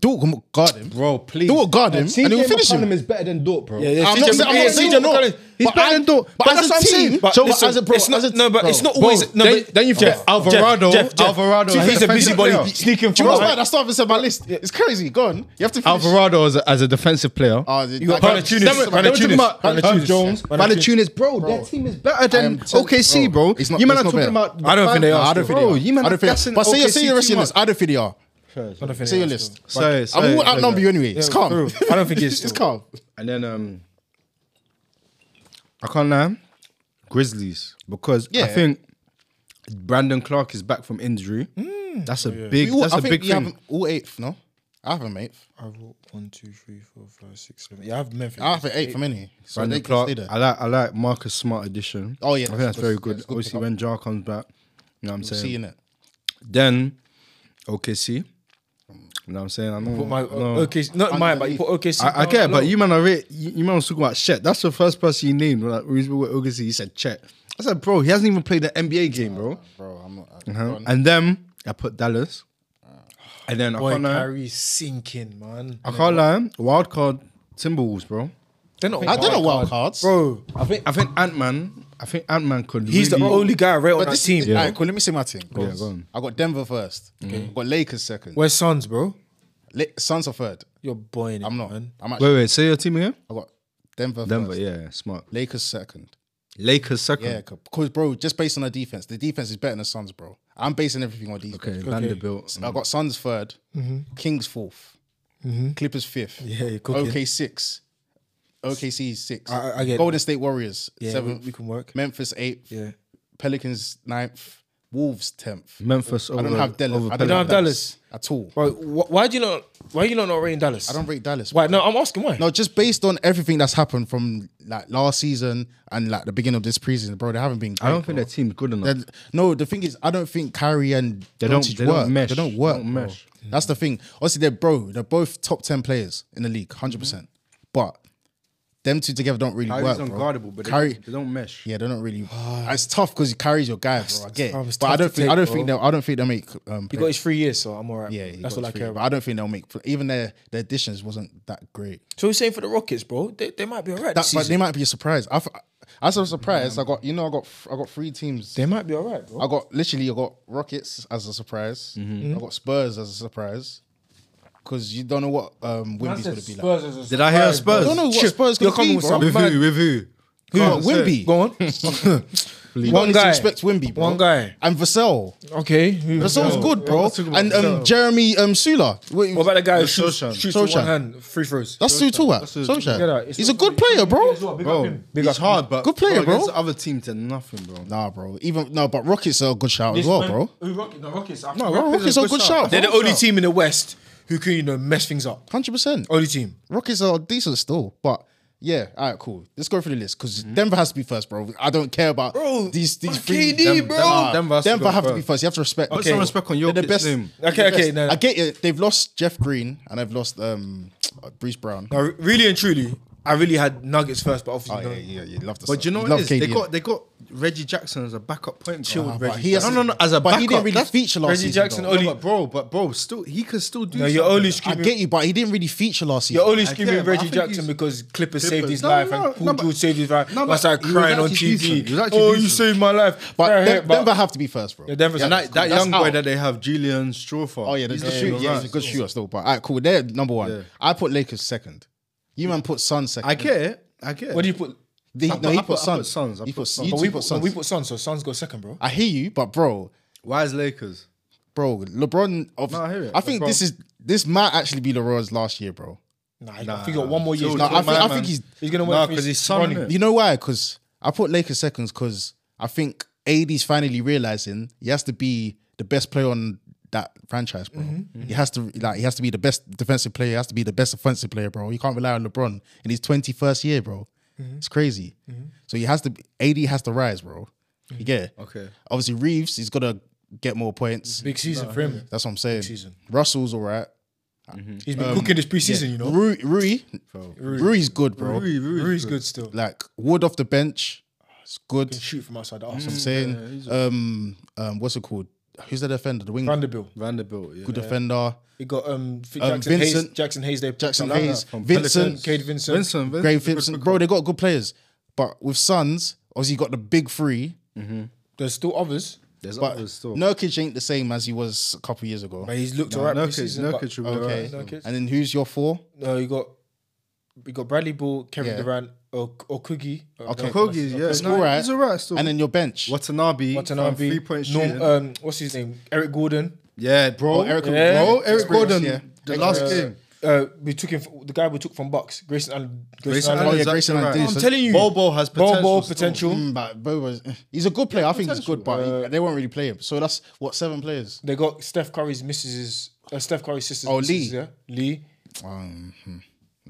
B: Duke guard him.
A: Bro, please.
B: Dort guard him,
A: CJ
B: and he'll finish
A: McCollum
B: him.
A: is better than Dort, bro.
C: yeah,
B: I'm not
C: CJ
B: saying- I'm
C: McCollum-
B: not saying
C: CJ
B: you're not.
C: McCollum.
A: He's
B: But
A: better
B: I-
A: than Dort.
B: but
A: But
B: as
A: that's
B: a
A: what I'm
B: team-
A: saying.
B: but
A: So
B: listen,
A: as a bro,
B: it's not-
A: as a-
C: no, but it's not
A: Bro,
C: always. No,
A: then,
C: but-
A: then you've got Alvarado. Alvarado.
C: Jeff,
A: as a
C: he's a
A: defensive
C: busybody
A: player.
C: sneaking
B: Do
C: from
B: you know
C: out.
B: what? That's not even said my list. It's crazy. Go on. You have to finish.
A: Alvarado as a, as a defensive player.
C: Ah,
B: Oh, the-
A: you got
B: that guy-
A: Valanciunas.
B: Valanciunas.
A: Then we're- then we're talking about
C: Valanciunas.
A: Herb Jones,
C: Valanciunas.
A: Valanciunas, bro. Their team is better than
B: am telling-
A: OKC, bro.
B: bro, it's not-
A: you man are
B: it's not
A: talking
B: better.
A: about.
C: I don't think they are.
B: I don't think
A: Bro,
B: they are.
A: you man
B: I
A: are
B: don't think.
A: gassing
B: But say your say your rest
A: OKC
B: of
A: too
B: your list.
A: much.
B: I don't think they are. Say your list.
A: Sorry,
B: I'm
A: sorry.
B: all outnumber you anyway. It's
C: for
B: calm.
C: real. I don't think it's-
B: It's calm.
A: And then um, I can't lie, Grizzlies because I
B: Yeah.
A: think Brandon Clark is back from injury. That's a big.
B: We all-
A: That's
B: I
A: a
B: think
A: big
B: you
A: thing.
B: have all eighth. No, I have them eighth.
C: I wrote one, two, three, four, five, six, seven. Yeah, I have Memphis.
B: I have an eighth for many. So
A: Brandon
B: they
A: Clark.
B: consider.
A: I like I like Marcus Smart edition.
B: Oh, yeah,
A: I think
B: that's
A: that's
B: good.
A: very
B: Yeah,
A: good.
B: it's good
A: Obviously, when Jar comes back, you know what I'm saying.
B: Seeing it.
A: Then OKC. You know what I'm saying? I know.
C: Put my uh,
A: no.
C: okay, not mine, but you put OKC.
A: I, I
C: down
A: get it, but
C: below.
A: you man are re- you, you man was talking about Chet. That's the first person you named when I- when we were with OKC. He said Chet. I said, bro, he hasn't even played an NBA game, bro.
B: Bro, I'm not.
A: Uh-huh. And then I put Dallas. And then I
C: Boy,
A: can't lie.
C: Kyrie's sinking, man.
A: I can't lie. Wild card Timberwolves, bro.
C: They're not
B: I don't know wild
C: wild card.
B: cards.
C: bro.
A: I think I think Ant Man. I think Ant Man could.
C: He's the
A: really-
C: only guy right on
B: But
C: that
B: this
C: team.
B: team. Alright, cool. Let me see my team.
A: Yeah, go on.
B: I got Denver first. Okay. I got Lakers second.
C: Where's Suns, bro?
B: La- Suns are third.
C: You're boying. it,
B: I'm not.
C: Man.
B: I'm actually.
A: Wait, wait. Say your team again.
B: I got Denver.
A: Denver.
B: First.
A: Yeah, smart.
B: Lakers second.
A: Lakers second.
B: Yeah, because bro, just based on the defense, the defense is better than the Suns, bro. I'm basing everything on defense.
A: Okay, Vanderbilt.
C: Mm-hmm.
B: I got Suns 3rd Kings 4th Clippers fifth.
C: Mm-hmm. Yeah, you're cooking.
B: OK six, OKC six.
C: I- I get
B: Golden State Warriors
C: we-
B: seventh.
C: we can work.
B: Memphis eighth.
C: Yeah.
B: Pelicans ninth. Wolves tenth.
A: Memphis over.
B: I don't have Dallas.
A: over
B: I
A: Pelicans.
B: don't have Dallas
C: Pelicans.
B: at all.
C: Bro, wh- why do you not? Why you not not rating Dallas?
B: I don't rate Dallas.
C: Why? No, I'm asking why.
B: No, just based on everything that's happened from like last season and like the beginning of this preseason, bro, they haven't been. Great,
A: I don't think
B: bro.
A: their team's good enough.
B: That- no, the thing is, I don't think Kyrie and
A: They don't-
B: Doncic
A: they don't
B: work.
A: mesh.
B: They don't work.
A: They don't
B: bro.
A: mesh.
B: That's the thing. Obviously, they're bro. They're both top ten players in the league, hundred percent. But them two together don't really
A: Kyrie's
B: work. Bro.
A: unguardable, but they,
B: Kyrie,
A: they don't mesh.
B: yeah, they're not really. it's tough because Kyrie's your guy, bro. I get,
C: tough.
B: it.
C: It's
B: but I
C: tough
B: don't
C: to
B: think I
C: take,
B: don't
C: bro.
B: think they'll, I don't think they'll make. Um,
C: He
B: play-
C: got his three years, so I'm alright.
B: yeah, he
C: that's
B: got
C: all I
B: three,
C: care
B: but
C: about.
B: I don't think they'll make. Even their their additions wasn't that great.
C: So we're saying for the Rockets, bro, they, they might be alright.
B: That, but they might be a surprise. I, as a surprise, I got you know I got I got three teams.
C: they might be alright, bro.
B: I got literally I got Rockets as a surprise.
C: Mm-hmm.
B: I got Spurs as a surprise because you don't know what um, Wimby's gonna be like.
A: Did I hear Spurs?
B: I don't know what Spurs
C: You're
B: gonna
C: coming
B: be,
C: with
B: bro.
C: some
A: With who? With who?
B: Who?
A: Can't say.
B: Wimby.
C: Go on.
B: You
C: One
B: don't
C: guy.
B: disrespect Wimby, bro.
C: One guy.
B: And Vassell.
C: okay. who-
B: Vassell's
C: Yo.
B: good, bro.
A: let's talk about
B: And um,
A: Vassell.
B: Jeremy um, Sula. Wait,
C: What about the guy who shoots,
A: Sochan.
C: shoots with one
B: Sochan.
C: hand free throws?
B: that's too tall.
A: That's a-
C: Get out.
B: Solskjaer.
C: It's
B: He's a
C: not-
B: good player, bro.
A: Bro, it's hard, but
B: Good player,
A: bro, against
B: bro.
A: Other team to nothing, bro.
B: Nah, bro. Even no, but Rockets are a good shout as well, bro.
C: Rockets, no, Rockets.
B: No, bro, Rockets are a good shout.
C: They're the only team in the West who can you know mess things up.
B: Hundred percent.
C: Only team.
B: Rockets are decent still, but yeah, all right, cool. Let's go through the list because
A: Mm-hmm.
B: Denver has to be first, bro. I don't care about
C: Bro,
B: these these
C: my
B: three.
C: KD,
B: Dem-
C: bro.
B: Nah,
A: Denver
B: Denver,
A: has to go
B: have to be
A: first.
B: first. You have to respect.
A: Put some respect on
B: They're the
A: Jokic's
B: best.
A: name.
B: They're
C: Okay,
B: the
C: okay,
B: best.
C: no, no.
B: I get it. They've lost Jeff Green and they've lost um Bruce Brown.
C: No, re- really and truly, I really had Nuggets first, but obviously
B: Oh,
C: no.
B: yeah, yeah, you love the.
A: But you know
B: love
A: what it is? They got they got Reggie Jackson as a backup point guard. Ah,
B: Nah, but
A: Reggie
B: he
A: Jackson.
B: hasn't-
A: no, no, no, as a
B: but
A: backup.
B: he didn't really
A: That's-
B: feature last
C: Reggie
B: season.
C: Jackson
B: though.
C: only-
A: No, but bro, but bro, still he can still do.
C: No, you're
A: something.
C: only
B: I
C: screaming.
B: get you, but he didn't really feature last season.
C: You're only
A: I
C: screaming
A: get, but I
C: Reggie
A: think
C: Jackson
A: he's-
C: because Clippers, saved his
A: No,
C: life
A: no,
C: and Paul
A: no, but-
C: George saved his life.
A: no,
C: No,
A: but
C: I started
A: he was
C: crying on
A: actually decent.
C: TV.
A: He was actually
C: Oh, you
A: decent.
C: saved my life.
B: But
C: Fair
B: Den-
C: hit, but-
B: Denver have to be first, bro.
C: Yeah, Denver's
A: And
C: out.
A: that, that
B: That's
A: young boy
B: out.
A: that they have, Julian Strawford.
B: Oh yeah, the
A: he's
B: good
A: the
B: shooter.
A: shooter.
B: Yeah, he's a good shooter still. But alright, cool. They're number one.
A: Yeah.
B: I put Lakers second. You man put Suns second.
A: I get, I get.
C: What do you put?
B: The-
A: I put-
B: no, he
A: I
B: put,
A: put- I put
B: Suns.
A: Suns. I
B: He
A: put
B: put
A: Suns.
B: Suns.
C: But
B: You
C: we
B: two put
C: put, no,
B: Suns.
C: we put Suns, so Suns got second, bro.
B: I hear you, but bro,
A: Why is Lakers?
B: bro, LeBron. Of,
A: No, I hear it.
B: think
A: LeBron.
B: this is this might actually be LeBron's last year, bro.
C: Nah, I think he got one more year.
A: Still
C: He's
B: I,
A: Nah,
C: got-
B: think,
A: my
B: I
A: man.
B: think he's.
C: He's gonna win
A: Nah,
C: for
A: because
C: his
A: he's son.
C: running.
A: innit?
B: You know why? Because I put Lakers seconds because I think AD's finally realizing he has to be the best player on that franchise, bro.
C: Mm-hmm.
B: He has to like he has to be the best defensive player. He has to be the best offensive player, bro. You can't rely on LeBron in his twenty first year, bro.
C: Mm-hmm.
B: It's crazy. So he has to. AD has to rise, bro.
C: Mm-hmm.
B: You get it?
A: Okay.
B: Obviously Reeves, he's gotta get more points.
C: Big season for him.
B: That's what I'm saying.
C: season.
B: Russell's all right.
C: He's
A: Um,
C: been cooking this preseason, you know.
B: Rui, Rui, Rui's good, bro.
A: Rui, Rui.
C: Rui's good still.
B: Like Wood off the bench, it's good.
C: Shoot from outside the arse.
B: I'm saying, um, um, what's it called? Who's the defender? The wing,
C: Vanderbilt.
A: Vanderbilt. Yeah.
B: good defender.
C: He got um, F-
B: Um,
C: Jackson Hayes.
B: Vincent.
C: Jackson Hayes. They
B: Jackson
C: Solana
B: Hayes,
C: from
B: Vincent,
C: Cade Vincent.
A: Vincent. Vincent.
B: Gray Vincent. Bro, they got good players, but with Suns, obviously you got the big three.
C: There's still others,
A: There's
B: But
A: others still.
B: Nurkic ain't the same as he was a couple years ago.
C: but he's looked
A: No,
C: alright.
A: Nurkic-
C: preseason, but-
A: Nurkic will be
B: Okay, Mm.
A: alright.
C: Nurkic.
B: and then who's your four?
C: No, you got you got Bradley Ball, Kevin
B: Yeah.
C: Durant, or Uh, Okugi.
B: Okay.
A: Kogi, yeah,
B: It's
A: no,
B: all right.
A: He's alright still.
B: And then your bench.
A: Watanabe, uh,
C: Watanabe,
A: three point shooting.
C: Norm, um, what's his name? Eric Gordon.
A: yeah, bro.
B: Oh, Eric-
C: Yeah.
A: bro, Eric
B: Experience,
A: Gordon.
B: yeah.
A: The last
C: Uh,
A: game.
C: Uh, we took him. The guy we took from Bucks, Grayson Allen. Grayson,
A: Grayson
C: Allen.
B: Oh yeah,
A: Allen's
B: Grayson
A: actually
B: Allen.
A: right.
B: did.
C: I'm telling you,
A: Bobo has potential.
C: Bobo
A: still.
C: potential.
B: Mm, but Bobo's, he's a good player. I think he's good, but he- they won't really play him. So that's what seven players.
C: They got Steph Curry's misses. Uh, Steph Curry's sister.
B: Oh, Lee.
C: Yeah, Lee.
B: Um, hmm.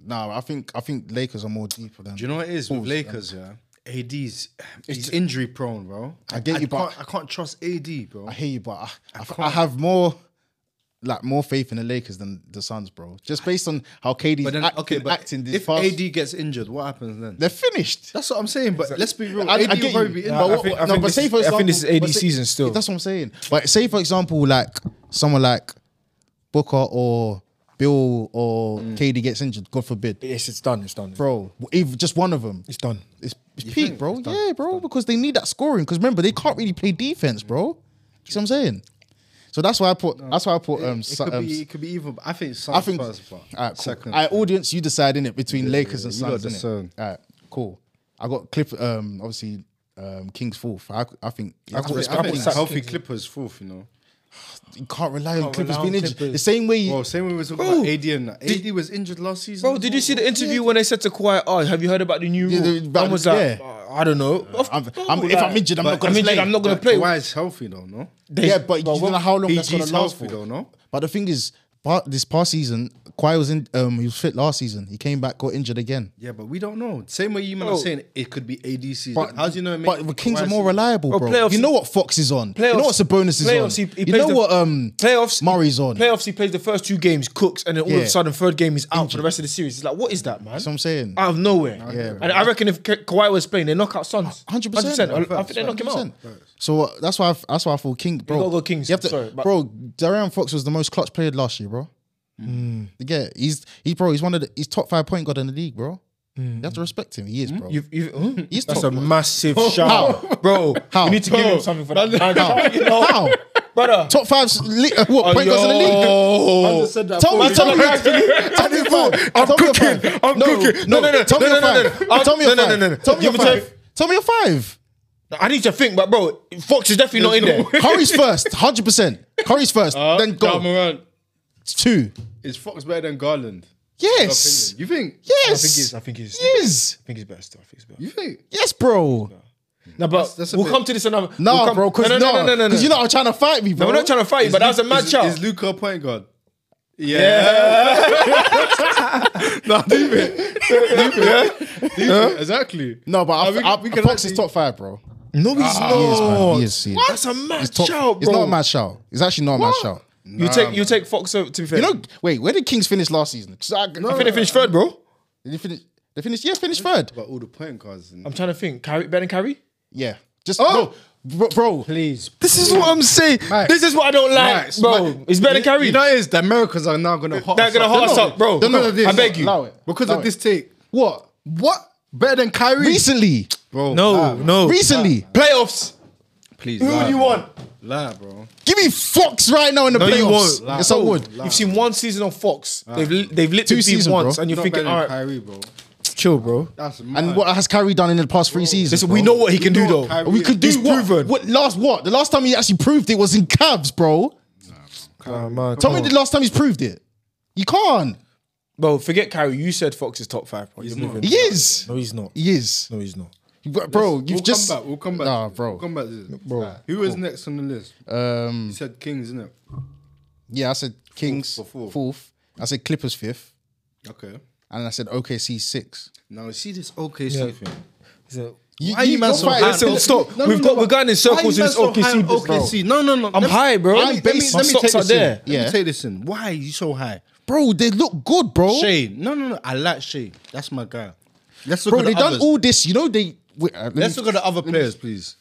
B: no, I think I think Lakers are more deeper than.
A: Do you know what it is with Lakers? Yeah, AD's he's injury prone, bro. I
B: get you,
A: I
B: but-
A: can't, I can't trust AD, bro.
B: I hear you, but I, I, I have more like more faith in the Lakers than the Suns, bro. Just based on how KD's
A: but then,
B: act-
A: okay, but
B: acting this
A: if
B: past,
A: AD gets injured, what happens then?
B: they're finished.
A: That's what I'm saying. But let's be real,
B: I- I
A: AD
B: get
A: will
B: you. Um,
A: probably be
B: Nah,
A: injured.
B: But
C: I
B: what-
C: think- I
B: no,
C: think
B: but
C: this
B: say
C: is-
B: for
C: I think this is
B: example-
C: AD
B: but say-
C: season still.
B: That's what I'm saying. But say for example, like someone like Booker or Bill or
C: Mm.
B: KD gets injured, God forbid,
C: Yes, it's done. It's done.
B: bro. If just one of them,
C: It's done.
B: It's, it's peak, bro. yeah, bro, because they need that scoring. Because remember, they can't really play defense, bro. See what I'm saying? So that's why I put. That's why I put. Um,
A: It
B: Su-
A: could,
B: um,
A: be, it could be even. I think. Suns
B: I think.
A: First, but
B: All right, cool.
A: Second.
B: All right, audience, you decide in it between Lakers and
A: you gotta
B: Suns. innit?
A: discern.
B: All right, cool. I got clip. Um, obviously um, Kings fourth. I, I think I,
A: I
B: think-
A: think,
B: I think
A: it's healthy Clippers fourth, you know.
B: you can't rely on
C: Can't
B: Clippers
C: rely
B: being
C: on
B: injured.
C: Clippers.
B: The same way, you,
A: Well, same way we were talking
C: Bro,
A: about AD and that. AD was injured last season.
C: Bro, did you see the interview when they said to Kawhi, "Oh, have you heard about the new rule?"
B: the- about-
C: Man was like,
B: yeah.
C: "Uh, "I don't know. Of-
B: I'm,
C: bro,
B: I'm, if I'm
C: like,
B: injured, I'm not
A: but-
B: going
C: I'm
B: to
C: injured,
B: play.
C: I'm not gonna
A: But
C: play."
A: Kawhi is healthy though, no?
B: yeah, but you don't know how long that's going
A: PG's
B: to last
A: healthy
B: for.
A: though, no?
B: But the thing is, part, this past season, Kawhi was in. Um, he was fit last season. He came back, got injured again.
A: Yeah, but we don't know. Same way you man are
C: Bro.
A: saying it could be AD season.
B: But
A: How do you know? It
B: But
A: may-
B: the Kings
A: Kawhi
B: are more
A: season?
B: reliable,
C: Bro,
B: bro.
C: playoffs-
B: you know what Fox is on. you know what Sabonis is
C: playoffs,
B: on.
C: he- he
B: you
C: plays
B: know
C: the-
B: what um,
C: playoffs.
B: Murray's on.
C: Playoffs. He plays the first two games, cooks, and then all of
B: Yeah.
C: a sudden, third game is out for the rest of the series. It's like, what is that, man?
B: That's what I'm saying.
C: Out of nowhere.
B: Yeah,
C: and I reckon if Ka- Kawhi was playing, they knock out Suns.
B: Hundred percent.
C: I, I think they knock him out.
B: So uh, that's why I, that's why I thought King, bro.
C: gotta go Kings,
B: You have to,
C: sorry, but-
B: bro. Darren Fox was the most clutch player last year, bro.
C: Mm.
B: Yeah, he's he, bro. He's one of the he's top five point guard in the league, bro. You
C: Mm.
B: have to respect him. He is, bro.
C: You've, you've, hmm?
B: He's
C: That's
B: top.
C: a massive shout, bro.
B: How?
C: We need to give him something for that.
B: How? How?
C: brother.
B: Top five s- le- uh, what, point guards in the league.
C: Oh,
A: Just said that
B: Tell
A: before.
B: me, tell me, tell me your five.
C: I'm
B: Tell me your five.
C: cooking. I'm cooking. No, no, no,
B: Tell me
C: no,
B: your
C: no, no,
B: five.
C: no, no.
B: Tell me your
C: No, no,
B: five.
C: no, no.
B: Tell me your
C: Give it to-
B: five. Tell me your five.
C: I need to think, but bro, Fox is definitely not in there.
B: Curry's first, hundred percent. Curry's first.
C: Uh,
B: Then
A: Ja
B: go.
A: Morant.
B: It's two.
A: Is Fox better than Garland?
B: Yes.
A: You think?
C: I
B: Yes.
C: think he's. I think he's.
B: Yes.
C: I think he's best. I think he's best.
A: You think?
B: Yes, bro.
C: No, but
A: that's a
C: we'll
A: bit-
C: come to this another.
B: No,
C: we'll come,
B: bro. Cause
C: no, no, no, no, no, no.
B: Because you're not trying to fight me, bro.
C: No, we're not trying to fight you, but that was a mad
A: is,
C: shout.
A: Is Luca a point guard? Yeah. no, leave it. Leave it. Leave it. Exactly.
B: No, but I,
A: we-
B: I,
A: we
B: we
A: can
B: Fox is
A: actually-
B: top five, bro.
C: no, he's
B: man.
C: not.
B: He is, he is.
C: That's a mad
B: It's top.
C: shout, bro.
B: it's not a mad shout. It's actually not a mad shout.
C: You take you take Fox over. To be fair,
B: You know, wait, where did Kings finish last season? 'Cause I,
C: I think they finished third, bro.
B: Did they finish? They finished. Yeah, finished third.
A: But all the point guards. And,
C: I'm trying to think. Carry better than Carry.
B: Yeah. Just oh. bro, bro.
C: Please. This is what I'm saying.
A: Max.
C: This is what I don't like,
A: Max,
C: bro.
A: Max.
C: it's better than Carry.
A: you know it is the Americans are now gonna hot.
C: They're
A: us
C: gonna
A: up.
C: hot
A: They're
C: us
A: not-
C: up, bro.
A: they're not
C: No,
A: of this.
C: I beg you.
B: Allow it.
A: Because
B: Allow
A: of
B: it.
A: this take.
B: What?
A: What? Better than Kyrie?
B: Recently.
A: Bro.
C: no, no.
B: Recently.
C: Playoffs.
A: Please.
C: Who do you want?
A: Lie, bro.
B: Give me Fox right now in the
C: No, you
B: playoffs.
C: won't. oh, Nah.
B: Yes, I would.
A: Nah.
C: You've seen one season of Fox. They've li- they've literally
B: Two
C: seen
B: seasons,
C: once,
B: bro.
C: and you're
A: Not
C: thinking,
A: better
C: all
A: than
C: right,
A: Kyrie, bro.
C: chill, bro.
A: That's mad.
B: And what has Kyrie done in the past three seasons?
C: Listen,
B: bro?
C: we know what he can do,
A: know
C: though.
A: Kyrie-
B: We could do
C: He's
B: what?
C: proven.
B: What last what? The last time he actually proved it was in Cavs, bro. Tell
C: Oh.
B: me the last time he's proved it. You can't.
C: Bro, forget Kyrie. You said Fox is top five. Bro. He's moving.
B: He is.
C: No, he's not.
B: He is.
C: No, he's not.
B: Bro, you've
A: We'll
B: just
A: come back. We'll come back.
B: Nah,
A: to this.
B: bro.
A: We'll come back to this. Bro. Who is next on the list?
B: um
A: You said Kings, innit?
B: yeah, I said Kings
A: for
B: fourth.
A: fourth.
B: I said Clippers fifth.
A: Okay.
B: And I said OKC six.
A: Now you see this OKC
C: Yeah.
A: thing.
B: You,
A: Why you man so
B: fight-
A: high?
B: listen,
A: No,
C: stop.
A: no,
C: We've
A: no,
C: got
A: no.
C: we're going in circles in
A: Why
C: this
A: you man so high
C: OKC,
A: on
C: bro.
A: OKC? No, no, no.
C: I'm
A: Let me-
C: high, bro.
A: Let
C: I'm
A: me, let me,
C: based.
A: let
C: My
A: me
C: socks
A: take
C: are
A: this in.
C: there.
A: Let
B: Yeah.
A: me take this in. Why are you so high?
B: Bro, they look good, bro.
A: Shay. No, no, no. I like Shay. That's my guy. Let's look
B: Bro,
A: at
B: they
A: the
B: done
A: others.
B: all this. You know they wait, uh, let
A: Let's
B: me-
A: look at the other players, please.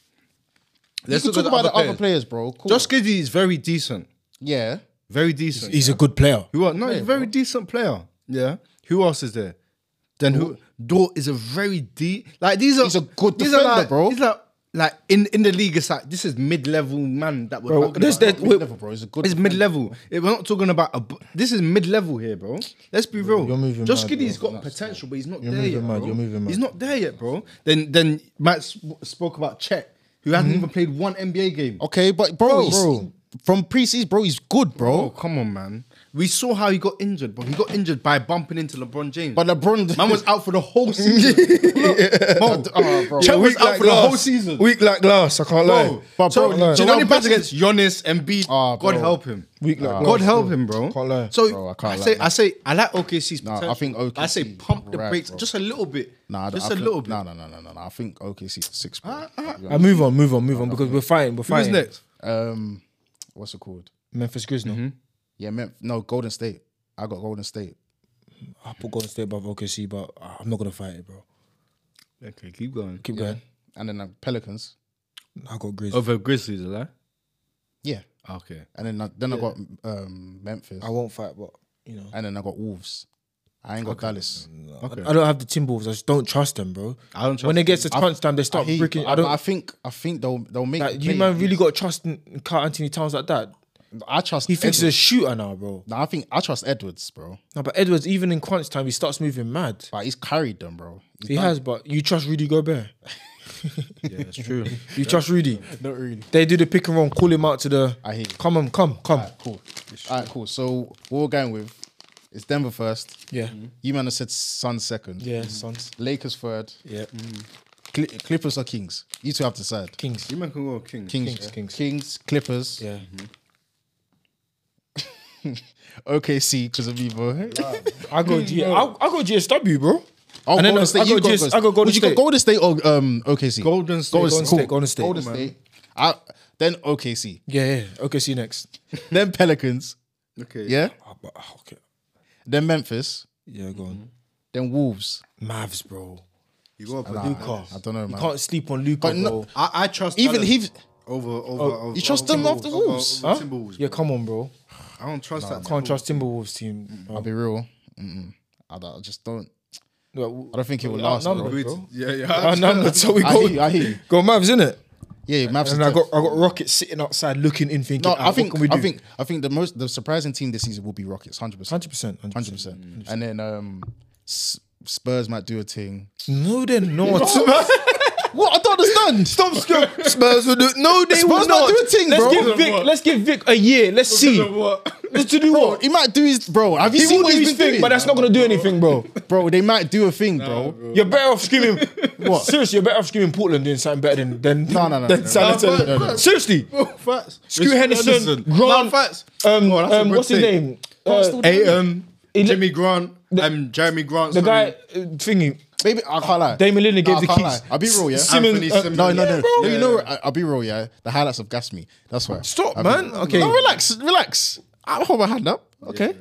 B: you
A: Let's
B: can
A: look
B: talk
A: at
B: about the other players, bro. Cool.
A: Josh Giddy is very decent.
B: yeah.
A: Very decent.
C: He's a good player.
A: Who are no, he's a very decent player. Yeah. Who else is there? Then who? Dort is a very deep. Like these are.
B: He's a good
A: these
B: defender,
A: are like,
B: bro.
A: These are like in in the league. It's like this is mid level man that we're talking
C: there's-
A: about.
C: there's-
B: Mid level, bro. He's a good
A: It's mid level. We're not talking about a. bu- This is mid level here, bro. Let's be real.
F: you're moving
A: Josh
F: mad,
A: Giddy's
F: bro.
A: got potential, but he's not
F: You're
A: there
F: moving
A: yet.
F: mad,
A: bro.
F: you're moving mad.
A: He's not there yet, bro. Then then Matt sp- spoke about Chet, who hasn't even played one NBA game.
B: Okay, but bro,
A: Bro.
B: he's-
A: Bro.
B: from preseason, bro, he's good, bro.
A: Oh come on, man. We saw how he got injured, bro. He got injured by bumping into LeBron James.
B: But LeBron,
A: man was out for the whole season. Look, bro.
B: oh, bro.
A: Chet was
C: Weak
A: out
C: like
A: for the whole
C: glass.
A: season.
C: Weak like glass. I can't lie.
A: bro.
B: But
A: so,
B: bro, do you
A: so
B: know
A: when he
B: Bass-
A: plays against Giannis and B,
B: Ah,
A: God
B: bro.
A: help him.
C: Weak like
A: God
C: glass,
A: help him, bro.
C: Can't lie.
A: So
B: Bro, I
A: I,
B: can't
A: say,
B: like that.
A: I say, I like OKC's.
B: Nah, I
A: potential.
B: think
A: I say
B: OKC
A: pump the
B: right,
A: brakes
B: bro.
A: just a little bit.
B: Nah, I don't-
A: just
B: I
A: a
B: think-
A: little bit. Ah,
B: No, no, no, no, no, no. I think OKC is six. bro.
C: I move on, move on, move on because we're fighting. We're
A: Who's
C: fighting.
A: next?
B: Um, what's it called?
C: Memphis Grizzlies.
B: Yeah, Mem- no, Golden State. I got Golden State.
C: I put Golden State above OKC, but uh, I'm not gonna fight it, bro.
A: Okay, keep going.
C: Keep
B: Yeah,
C: going.
B: and then uh, Pelicans.
C: I got Grizz.
A: Over Grizzlies, is that?
B: Yeah,
A: Ah, Okay.
B: and then I, then I got um Memphis,
C: I won't fight, but you know,
B: and then I got Wolves. I ain't got Dallas.
A: Okay.
C: I don't have the Timberwolves. I just don't trust them, bro.
A: I don't trust
C: when it gets to crunch time, they
B: I,
C: start
B: hear you,
C: breaking.
B: but
C: I don't.
B: I think I think they'll they'll make.
C: like,
B: the
C: you
B: play.
C: man really got to trust in in Carl Anthony Towns like that.
B: I trust.
C: He thinks he's a
B: Edwards.
C: shooter now, bro.
B: Nah, I think I trust Edwards, bro.
C: No, but Edwards, even in crunch time, he starts moving mad.
B: But he's carried them, bro. He's
C: He
B: done-
C: has, but you trust Rudy Gobert. yeah, it's true. You trust Rudy?
B: Not really.
C: They do the pick and roll, call him out to the.
B: I hear you.
C: Come on, come, come.
B: Cool. All right, cool. So what we're going with is Denver first.
C: Yeah.
B: You man have said Sun second.
C: Yeah, Suns.
B: Lakers third.
C: Yeah, mm.
B: Cl- Clippers or Kings? You two have to decide.
C: Kings. Mm-hmm.
A: You man can go king.
B: Kings,
C: Kings,
B: yeah.
C: Kings.
B: Clippers,
C: Yeah,
B: OKC because of Evo.
C: I go G. I, I go GSW, bro.
B: Oh,
C: and then
B: Golden
C: I,
B: State.
C: I go
B: you go
C: GS,
B: first.
C: I go Golden
B: Would you
C: State.
B: go Golden State or um, OKC?
A: Golden State.
C: Golden State. Golden State.
B: Golden State. I, then OKC.
C: Yeah, yeah. Okay, see you next.
B: then Pelicans.
A: Okay.
B: Yeah.
C: Ah, but- ah, okay.
B: Then Memphis.
C: Yeah, go on.
B: Then Wolves.
C: Mm-hmm. Mavs, bro.
A: You go up.
C: Luca.
B: I don't know,
C: You
B: man.
C: can't sleep on Luca,
B: no-
C: bro.
A: I, I trust
B: Even
A: Allen
B: he's-
A: over over. over
B: you trust
A: over
B: them off the
A: Timberwolves,
B: Wolves,
A: Over, over
C: Huh?
A: Timberwolves,
C: Yeah,
A: bro.
C: come on, bro.
A: I don't trust that.
C: Can't trust Timberwolves team.
B: I'll be real. Mm-mm. I, don't- I just don't.
C: No,
B: I don't think it will
C: Our
B: last, bro.
C: numbers,
A: Timberwolves.
C: bro.
A: Yeah, yeah.
C: Our numbers, so we
B: I
C: go.
B: hear you, I hear you.
C: Go Mavs, innit?
B: Yeah, Mavs.
C: And
B: is
C: I got
B: tough.
C: I got Rockets sitting outside looking in, thinking,
B: No,
C: "Ah,
B: I think
C: what can we do?
B: I think I think the most the surprising team this season will be Rockets, hundred percent,
C: hundred percent,
B: hundred percent. And then um, S- Spurs might do a thing.
C: No, they're not.
B: What I don't understand.
C: Stop, Skip. Spurs will do. No, they
B: Spurs
C: will
B: might
C: not.
B: do a thing,
C: let's
B: bro.
C: give Vic. Let's give Vic a year. Let's see. Let's to do what?
B: He might do his bro. Have you
C: He
B: seen
C: will
B: what
C: do
B: he's been
C: his thing,
B: doing?
C: but that's not gonna do anything, bro.
B: bro, they might do a thing, bro.
C: You're better off screaming. what? Seriously, you're better off screaming Portland doing something better than than
B: No, no, no,
C: than
B: no.
C: San
B: No,
C: Antonio.
A: but- but-
C: Seriously.
A: Facts.
C: Scoot Henderson, Grant,
A: No, facts.
C: Um,
A: Oh, that's a
C: um,
A: good
C: what's his
A: thing.
C: name? Uh,
B: um,
A: Ayton,
C: He li-
A: Jimmy Grant, um, Jeremy Grant.
C: the guy uh, thingy.
B: Maybe I can't lie.
C: Damon Lillard gave
B: I
C: the
B: can't
C: keys.
B: lie. I'll be real, yeah.
C: Sim- Simmons-
A: Anthony
C: uh,
A: Simmons.
B: no, no, no,
C: Yeah, bro.
B: no. You know, I, I'll be real, yeah. The highlights have gassed me. That's why.
C: Stop,
B: I'll be-
C: man. Okay.
B: No, relax, relax. I'll hold my hand up. Okay.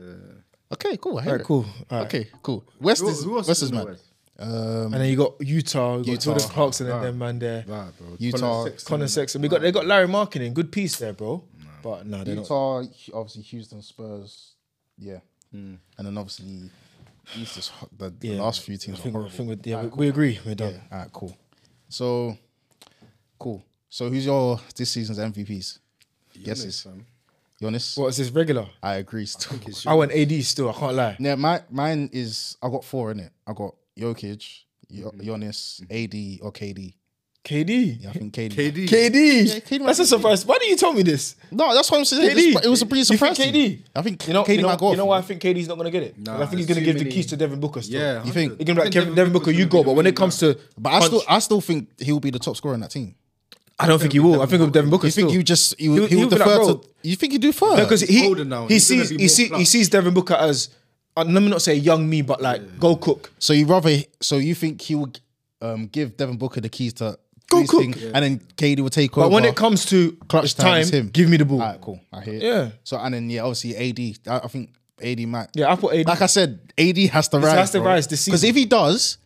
B: Okay, cool. I hear
C: Alright,
B: it.
C: cool. Alright.
B: Okay, cool. West
A: Who-
B: is
A: who else
B: West
A: is
B: is
A: in the
B: mad.
A: West?
B: Um,
C: And then you got Utah, you got
B: Utah.
C: Jordan Clarkson and them man there.
A: Nah, bro.
B: Utah,
C: Connor Sexton. We got they got Larry Marketing. Good piece there, bro. But no, they're not.
B: Utah, obviously Houston Spurs, yeah, and then obviously East is ho- the, the
C: Hmm. Yeah.
B: last few teams.
C: I
B: are
C: think, I
B: horrible.
C: think we, yeah, we, we agree. We're done.
B: Yeah. All right, cool. So, cool. So, who's your this season's MVPs? Guesses. Giannis.
C: What is this regular?
B: I agree. Still.
C: I went AD still. I can't lie.
B: yeah, my mine is I got four in it. I got Jokic, Yo-
C: Mm-hmm.
B: Giannis, AD or KD.
C: KD.
B: Yeah, I think KD.
A: KD.
C: KD.
B: Yeah, KD might
C: That's a
B: be-
C: surprise. Why did you tell me this?
B: No, that's what I'm saying.
C: KD.
B: This- It was a pretty
C: You think
B: surprise.
C: KD?
B: I think
C: You know,
B: KD
C: you know,
B: might go
C: you know
B: off.
C: why I think KD's not gonna get it? 'Cause
A: Nah,
C: I think he's
A: there's
C: gonna
A: too
C: give the
A: many-
C: keys to Devin Booker. Still.
A: Yeah,
B: You think-
C: He's gonna be like, Kevin, Devin Booker, you go.
A: go.
C: But when it comes to,
B: But I still, I still think he'll be the top scorer in that team.
C: I don't think he will. I think of Devin Booker.
B: You think
C: still.
B: you just you
C: He'll-
B: he'll,
C: he'll be like,
B: defer
C: bro.
B: to? You think you do third?
C: because
A: he's
C: he
A: older now.
C: he
A: He's gonna
C: sees
A: be
C: he,
A: more
C: see, he
A: plucked.
C: sees Devin Booker as uh, let me not say young me, but like go cook.
B: so you rather so you think he will um, give Devin Booker the keys to
C: Go
B: his
C: cook.
B: thing, and then KD will take over.
C: But when it comes to clutch
B: time,
C: time,
B: it's him.
C: give me the ball.
B: Alright, cool. I hear. It.
C: Yeah.
B: So and then yeah, obviously AD. I, I think AD might.
C: Yeah, I put AD.
B: Like I said, AD has to rise.
C: has to rise this
B: Because
C: season.
B: if he does,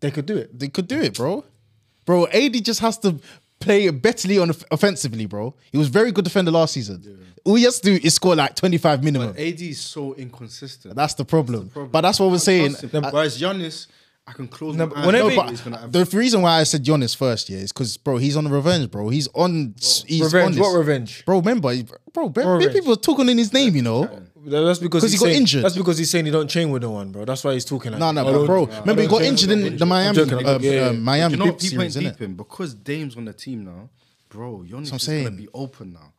C: they could do it.
B: they could do it, bro. Bro, AD just has to play betterly on offensively, bro. He was very good defender last season. All he has to do is score like twenty five minimum.
A: AD is so inconsistent.
B: That's the problem. But that's what we're saying.
A: Then, whereas Giannis, I can close my eyes. Whenever
B: No,
C: whenever- Maybe
B: but
A: he's gonna have
B: the reason why I said Giannis first, yeah, is because bro, he's on the revenge, bro. He's on. He's
C: Revenge.
B: on
C: What
B: this.
C: revenge?
B: Bro, remember, he- bro, bro
C: revenge?
B: people are talking in his name, you know.
C: That's because
B: 'Cause
C: he's
B: he got
C: saying-
B: injured.
C: That's because he's saying he don't train with no one, bro. That's why he's talking like.
B: No, no,
C: I don't-
B: but bro,
C: I
B: remember he
C: don't
B: got
C: train
B: injured
C: with no
B: in
C: one.
B: the Miami,
C: Oh, joking, I'm
B: uh,
C: joking. Yeah,
B: uh,
C: yeah.
A: Do
B: Miami
A: you know
B: Big
A: what people ain't
B: series, innit?
A: deep in because Dame's on the team now, bro. Giannis
B: I'm
A: is gonna
B: saying.
A: be open now.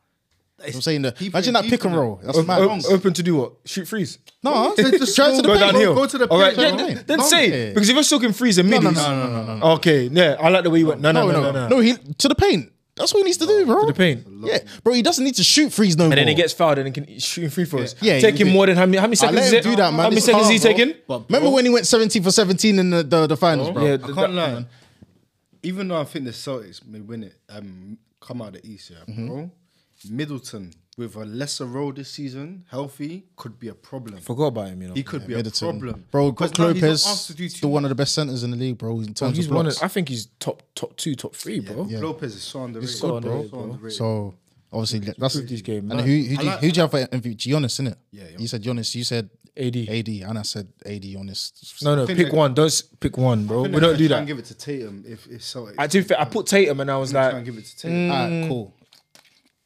B: I'm saying that. Imagine that pick and roll. That's mad.
C: O- Open to do what? Shoot threes.
B: No,
A: They just
B: drive to the
A: go
C: Go
B: paint.
A: down
C: downhill.
A: go to the
C: All right,
A: pitch,
C: yeah,
A: go
C: then,
B: down.
C: then
B: Don't-
C: say
B: yeah.
C: because if you're talking threes and middies,
B: no,
C: Okay, yeah, I like the way you went. No, no,
B: No,
C: no,
B: no, no, He to the paint. That's what he needs to do, bro.
C: the paint.
B: Yeah, bro. He doesn't need to shoot threes no more.
C: And then he gets fouled and he can shoot free throws.
B: Yeah, yeah,
C: taking
B: you do-
C: more than how many? How many
B: I
C: seconds?
B: let
C: is
B: him
C: it?
B: do that, man.
C: How many
B: It's
C: seconds is he
B: hard, bro.
C: taking?
B: Remember when he went 17 for 17 in the, the, the finals, bro?
C: Yeah,
A: I
C: th-
A: can't
C: that-
A: lie. Even though I think the Celtics may win it, um, come out of the East, yeah, bro. Middleton with a lesser role this season, healthy, could be a problem.
C: Forgot about him, you know.
A: He could be
B: Middleton.
A: a problem,
B: Bro,
A: Because
B: Brook
A: now he's not
B: Lopez,
A: asked to do too
B: still one of the best centers in the league, bro, in terms
C: He's
B: of
C: one. Of,
B: blocks.
C: I think he's top, top two, top three, bro.
A: much. Lopez is so underrated.
C: so good, bro.
A: So underrated.
B: So obviously that's
C: improved his game,
B: And
C: man.
B: who who
A: I
B: do, you
A: like-
B: who do you have for MVP? Giannis, innit?
A: Yeah, Giannis.
B: You said Giannis. You said
C: AD.
B: AD, and I said AD. Giannis.
C: No, no,
A: think
C: pick
A: they-
C: one. Don't s- pick one, bro.
A: I think
C: We
A: they're
C: don't
A: gonna
C: do
A: try and
C: that.
A: Give it to Tatum if if Celtics.
C: I do. think- I put Tatum and I was
A: try and
C: like,
A: give it to Tatum.
B: Alright, cool.
A: Mm.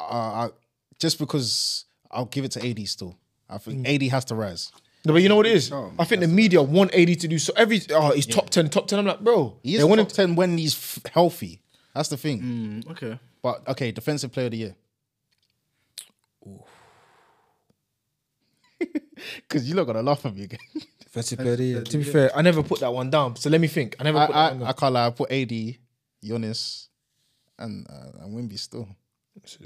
B: Uh, I, just because I'll give it to AD still. I think AD has to rise.
C: No, but you know what it is? I think the media want AD to do so. Every oh, he's top ten, top ten. I'm like, bro,
B: He
C: they
B: is
C: want him
B: top ten when he's f- healthy. That's the thing.
A: Mm. Okay.
B: But okay, defensive player of the year. Because you're not gonna laugh at me again.
C: Defensive player of the year. To be fair, I never put that one down. So let me think. I never
B: I,
C: put that
B: I,
C: one
B: I
C: down.
B: can't lie. I put AD, Giannis, and uh, and Wimby still.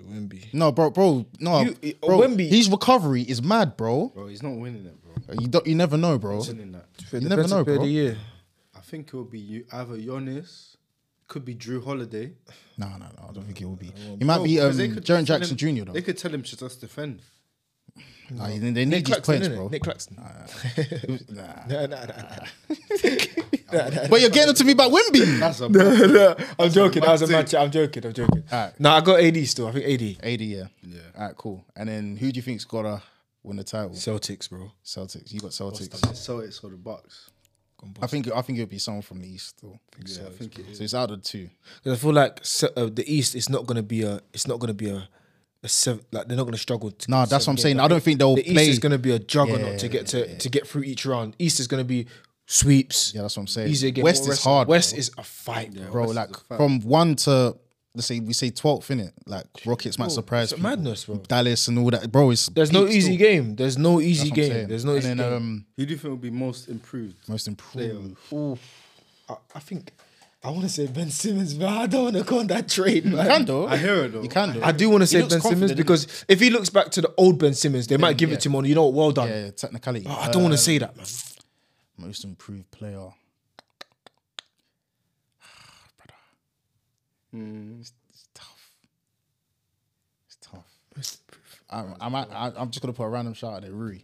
C: Wimby.
B: No, bro, bro, no,
C: You-
A: uh,
B: bro.
C: Wemby-
B: His recovery is mad, bro.
A: Bro, he's not winning it, bro.
B: You don't, you never know, bro.
A: He's winning that.
B: You never know,
C: player of
B: bro.
C: the year.
A: I think it will be you, either Giannis, could be Drew Holiday.
B: No, no, no. I don't think it will be. He might be
A: Bro,
B: um,
A: 'cause Oh, they could tell
B: Jaren Jackson
A: him-
B: Jr. though.
A: They could tell him to just defend.
B: Nah, they- they
C: Nick
B: need these
C: Claxton,
B: points,
C: innit?
B: bro.
C: Nick Claxton.
B: Nah.
C: Nah, nah, nah, nah.
B: But you're getting it to me by Wimby.
A: That's a bad
C: I'm joking. That was a match. I'm joking. I'm joking.
B: Alright.
C: No, I got AD still. I think AD.
B: AD, yeah. Yeah. All right, cool. And then who do you think's gotta win the title?
C: Celtics, bro.
B: Celtics. You got Celtics.
A: So it's for the Bucks.
B: I think I think it'll be someone from the East though.
A: Yeah, I think it is.
B: So it's out of two.
C: 'Cause I feel like se- uh, the East is not gonna be a. It's not gonna be a. a seven, like they're not gonna struggle. To
B: No,
C: get
B: that's
C: seven
B: what I'm saying.
C: games.
B: I don't think they'll
C: the East
B: play.
C: is gonna be a juggernaut to get to to get through each round. East is gonna be sweeps.
B: Yeah, that's what I'm saying.
C: Easier game.
B: West
C: more
B: is
C: wrestling.
B: hard,
C: West is a fight, bro.
B: bro, like from one to let's say we say twelfth, innit? Like Rockets might surprise
C: It's
B: people.
C: madness, bro.
B: Dallas and all that. Bro, it's
C: There's no
B: peak
C: easy
B: still.
C: game. There's no
B: That's what
C: easy
B: I'm
C: game.
B: saying.
C: There's no
B: and
C: easy
B: then,
C: game.
B: um
A: Who do you think will be most improved?
B: most improved.
C: Ooh,
B: uh,
C: I, I think I want to say Ben Simmons, but I don't want to go on that trade, man.
B: You can though.
A: I hear it though.
B: You can though.
C: I do want to
B: He
C: say
B: looks
C: Ben Simmons
B: confident,
C: because if he looks back to the old Ben Simmons, they might give it to him on, you know what, well done.
B: yeah, Um, technicality.
C: But I don't want to say that, man.
B: Most improved player. Ah, Mm. It's tough. It's tough. I'm, I'm, I- I'm just gonna put a random shot at it, Rui.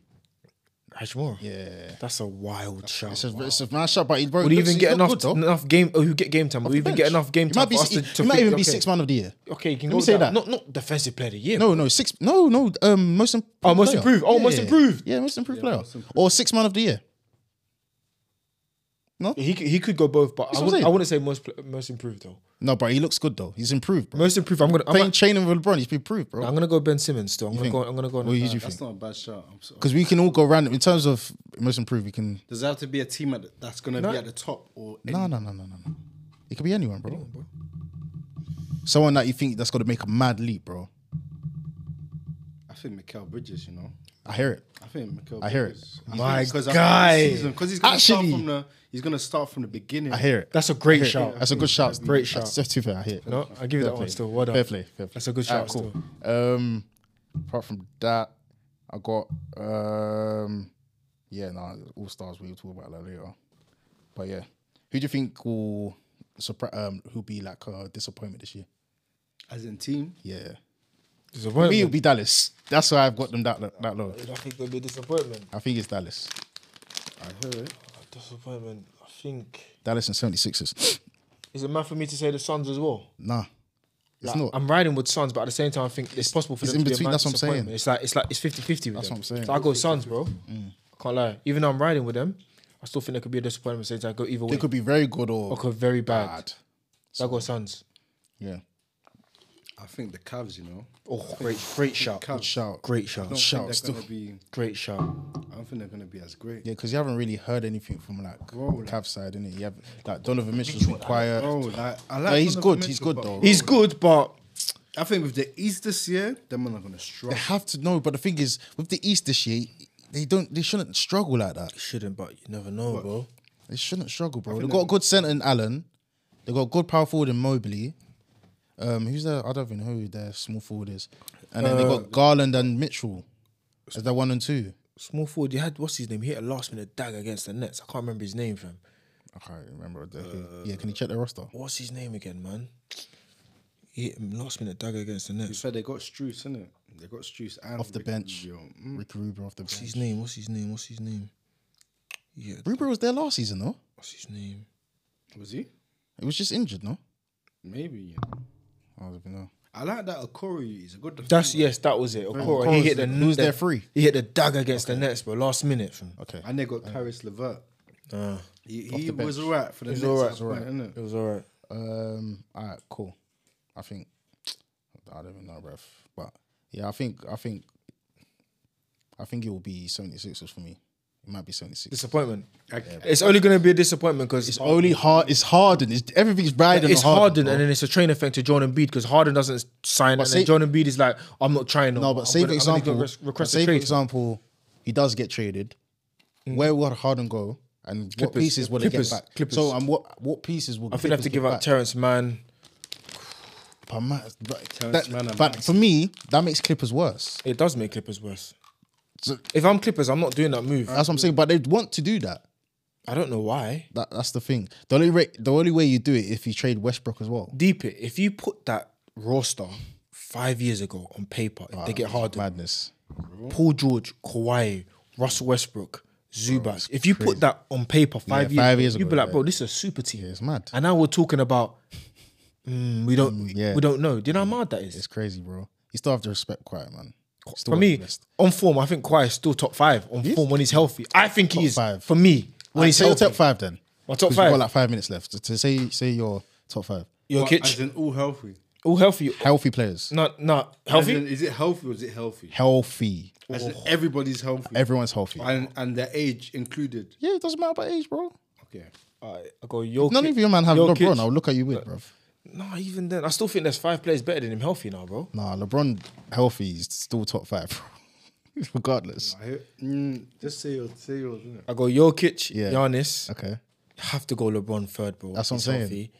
C: Raj Moore.
B: Yeah,
C: That's a wild shot.
B: it's a, it's a man shot, but he bro,
C: Would he
B: looks-
C: even
B: he's
C: get
B: looked
C: enough
B: good, though.
C: enough game? Oh, you get game time. Would you even get enough game
B: He
C: time
B: might, be,
C: for us to,
B: he,
C: to
B: he might
C: think,
B: even be
C: okay,
B: six man of the year.
C: Okay, you can
B: Let
C: go
B: me say
C: down.
B: that.
C: Not not defensive player of the year.
B: No, no, six. No, no. Um, most improved.
C: Oh, most
B: player.
C: improved. Oh, most
B: Yeah.
C: improved.
B: Yeah, most improved player, or six man of the year.
C: He could, he could go both, but I
B: what I'm
C: wouldn't,
B: saying.
C: I wouldn't say most pl- most improved though.
B: No, bro, he looks good though. He's improved, bro.
C: Most improved. I'm gonna I'm,
B: Playing chaining with LeBron, he's improved, bro.
C: I'm gonna go Ben Simmons still. I'm gonna
B: think?
C: go. I'm gonna go. on
B: What do
C: that.
B: you think?
A: That's not a bad shot. I'm sorry.
B: Because we can all go random in terms of most improved. We can
A: Does there have to be a team at the, that's going to be at the top or
B: no, no, no, no, no, no. It could be anyone, bro. Someone that you think that's got to make a mad leap, bro.
A: I think Mikael Bridges, you know.
B: I hear it.
A: I think Mikael
B: I hear it.
A: Bridges.
C: My guy.
A: Because he's going to start
B: Actually.
A: from the he's going to start from the beginning.
B: I hear it.
C: That's a great
B: I hear it.
C: shout.
B: That's a good shout.
C: Great shout.
B: That's, that's too fair. I hear it.
C: No, I give you
B: Fair
C: that one
B: play.
C: still. Well done.
B: Fair play. Fair play.
C: That's a good
B: Alright,
C: shout
B: cool. Um, apart from that, I got um, yeah, no, all stars. We'll talk about that later. But yeah, who do you think will surprise? Um, who'll be like a disappointment this year?
A: As in team.
B: Yeah, me will
C: Disappointment.
B: be Dallas. That's why I've got them that that low.
C: I think there'll be disappointment.
B: I think it's Dallas.
A: I hear it.
C: Disappointment. I think.
B: Dallas and 76ers.
C: Is it mad for me to say the Suns as well?
B: nah. It's
C: Like,
B: not.
C: I'm riding with Suns, but at the same time, I think it's possible for
B: it's
C: them
B: in
C: to be a
B: between,
C: mad
B: that's what I'm saying.
C: disappointment. It's like it's like it's 50 50 with
B: That's
C: them.
B: what I'm saying. Mm.
C: So I go Suns, bro. I can't lie. Even though I'm riding with them, I still think there could be a disappointment. Since I go either way,
B: They could be very good or
C: or could very bad.
B: bad.
C: So I go Suns.
B: Yeah.
A: I think the Cavs, you know.
C: Oh, great, great shot,
A: Cavs.
B: Shout.
C: great
A: I don't
C: shot,
B: Shout
A: think they're
B: still.
A: going to be.
C: great shot.
A: I don't think they're going to be as great.
B: Yeah, because you haven't really heard anything from like
A: Bro,
B: the
A: like-
B: Cavs side, innit? You have like Donovan Mitchell's been quiet.
A: Oh, like, I like
B: No, he's
A: Donovan
B: good. He's
A: Mitchell, but
B: good though.
C: He's good, but
A: I think with the East this year, them are not going to
B: They
A: struggle.
B: have to know, but the thing is, with the East this year, they don't. They shouldn't struggle like that.
C: shouldn't. But you never know, bro.
B: They shouldn't struggle, bro. They have got a good centre in Allen. They got a good power forward in Mobley. Um, who's their? I don't even know who their small forward is. And then they got Garland and Mitchell as their one and two.
C: Small forward, you had what's his name? He hit a last minute dagger against the Nets. I can't remember his name, fam.
B: I can't remember. The, yeah, can you check their roster?
C: What's his name again, man? He hit him last minute dagger against the Nets.
A: So they got Struess, innit? They got Struess and
B: Off the
A: Ricky
B: bench.
A: Rubio.
B: Ricky Rubio off the
C: What's
B: bench.
C: his name? What's his name? What's his name? Yeah,
B: Rubio was there last season, though.
C: what's his name?
A: Was he?
B: It was just injured, no?
A: Maybe. You know.
B: I don't even know.
A: I like that Okoro. He's a good defender.
C: That's yes, that was it. Okoro, he hit the
B: Who's
C: the-
B: their three?
C: He hit the dagger against the Nets, bro. Last minute, fam.
B: Okay.
A: And they got Paris Levert.
C: Uh,
A: he he was alright for the
C: He's
A: next
C: alright,
A: right, right. innit?
C: It was alright.
B: Um. All right. Cool. I think I don't even know, bruv. But yeah, I think I think I think it will be 76ers for me. It might be 76.
C: Disappointment. it's only going to be a disappointment because
B: It's only hard. It's hardened. It's, everything's riding
C: it's
B: on
C: Harden, and then it's a train effect to Jordan Bede because Harden doesn't sign, and
B: say-
C: then Jordan Bede is like, "I'm not trying."
B: No, but say for example, but
C: request
B: say
C: a
B: for
C: trade. Mm.
B: example, he does get traded. Where would Harden go? And what
C: Clippers.
B: pieces will
C: Clippers.
B: they get back?
C: Clippers.
B: So and what what pieces will
C: I think they have to give up Terrence Mann.
B: But, man, but, that- but for me, that makes Clippers worse.
C: It does make Clippers worse.
B: So- Uh,
C: if I'm Clippers, I'm not doing that move.
B: That's what I'm saying. But they want to do that.
C: I don't know why.
B: That that's the thing. The only re- the only way you do it if you trade Westbrook as well.
C: Deep it. If you put that roster five years ago on paper, if they get Harden,
B: Madness.
C: Paul George, Kawhi, Russell Westbrook, Zubac. if you put that on paper five,
B: Yeah, five years
C: years, ago, you'd be
B: ago,
C: like, bro, this is a super team.
B: It's mad.
C: And now we're talking about mm, we don't
B: yeah.
C: we don't know. Do you know how mad that
B: It's
C: is?
B: crazy, bro. You still have to respect quiet man. You Still
C: For
B: have to
C: me,
B: rest.
C: on form, I think Kawhi is still top five on form when he's healthy. I think he
B: Top
C: is.
B: five.
C: For me, when
B: Alright,
C: he's
B: say your
C: healthy,
B: top five then.
C: My top
B: 'Cause we've
C: five?
B: got like five minutes left. So to say say your top five
A: As
C: Jokic,
A: in all healthy.
C: all healthy.
B: healthy players.
C: No, no,
A: As
C: healthy. Oh.
A: in, is it healthy or is it healthy?
B: Healthy.
A: As in, everybody's healthy.
B: Everyone's healthy.
A: and and their age included.
B: yeah, it doesn't matter about age, bro.
A: Okay.
C: Alright, I go Jokic.
B: None of your man have
C: Jokic.
B: LeBron. I'll look at you
C: Uh,
B: with, bro.
C: No, even then, I still think there's five players better than him healthy now, bro.
B: Nah, LeBron healthy is still top five, bro. Regardless.
A: I hear, mm, just say yours, say yours, innit?
C: I go Jokic,
B: Yeah.
C: Giannis.
B: Okay.
C: have to go LeBron third, bro.
B: That's what I'm
C: He's
B: saying.
C: Healthy.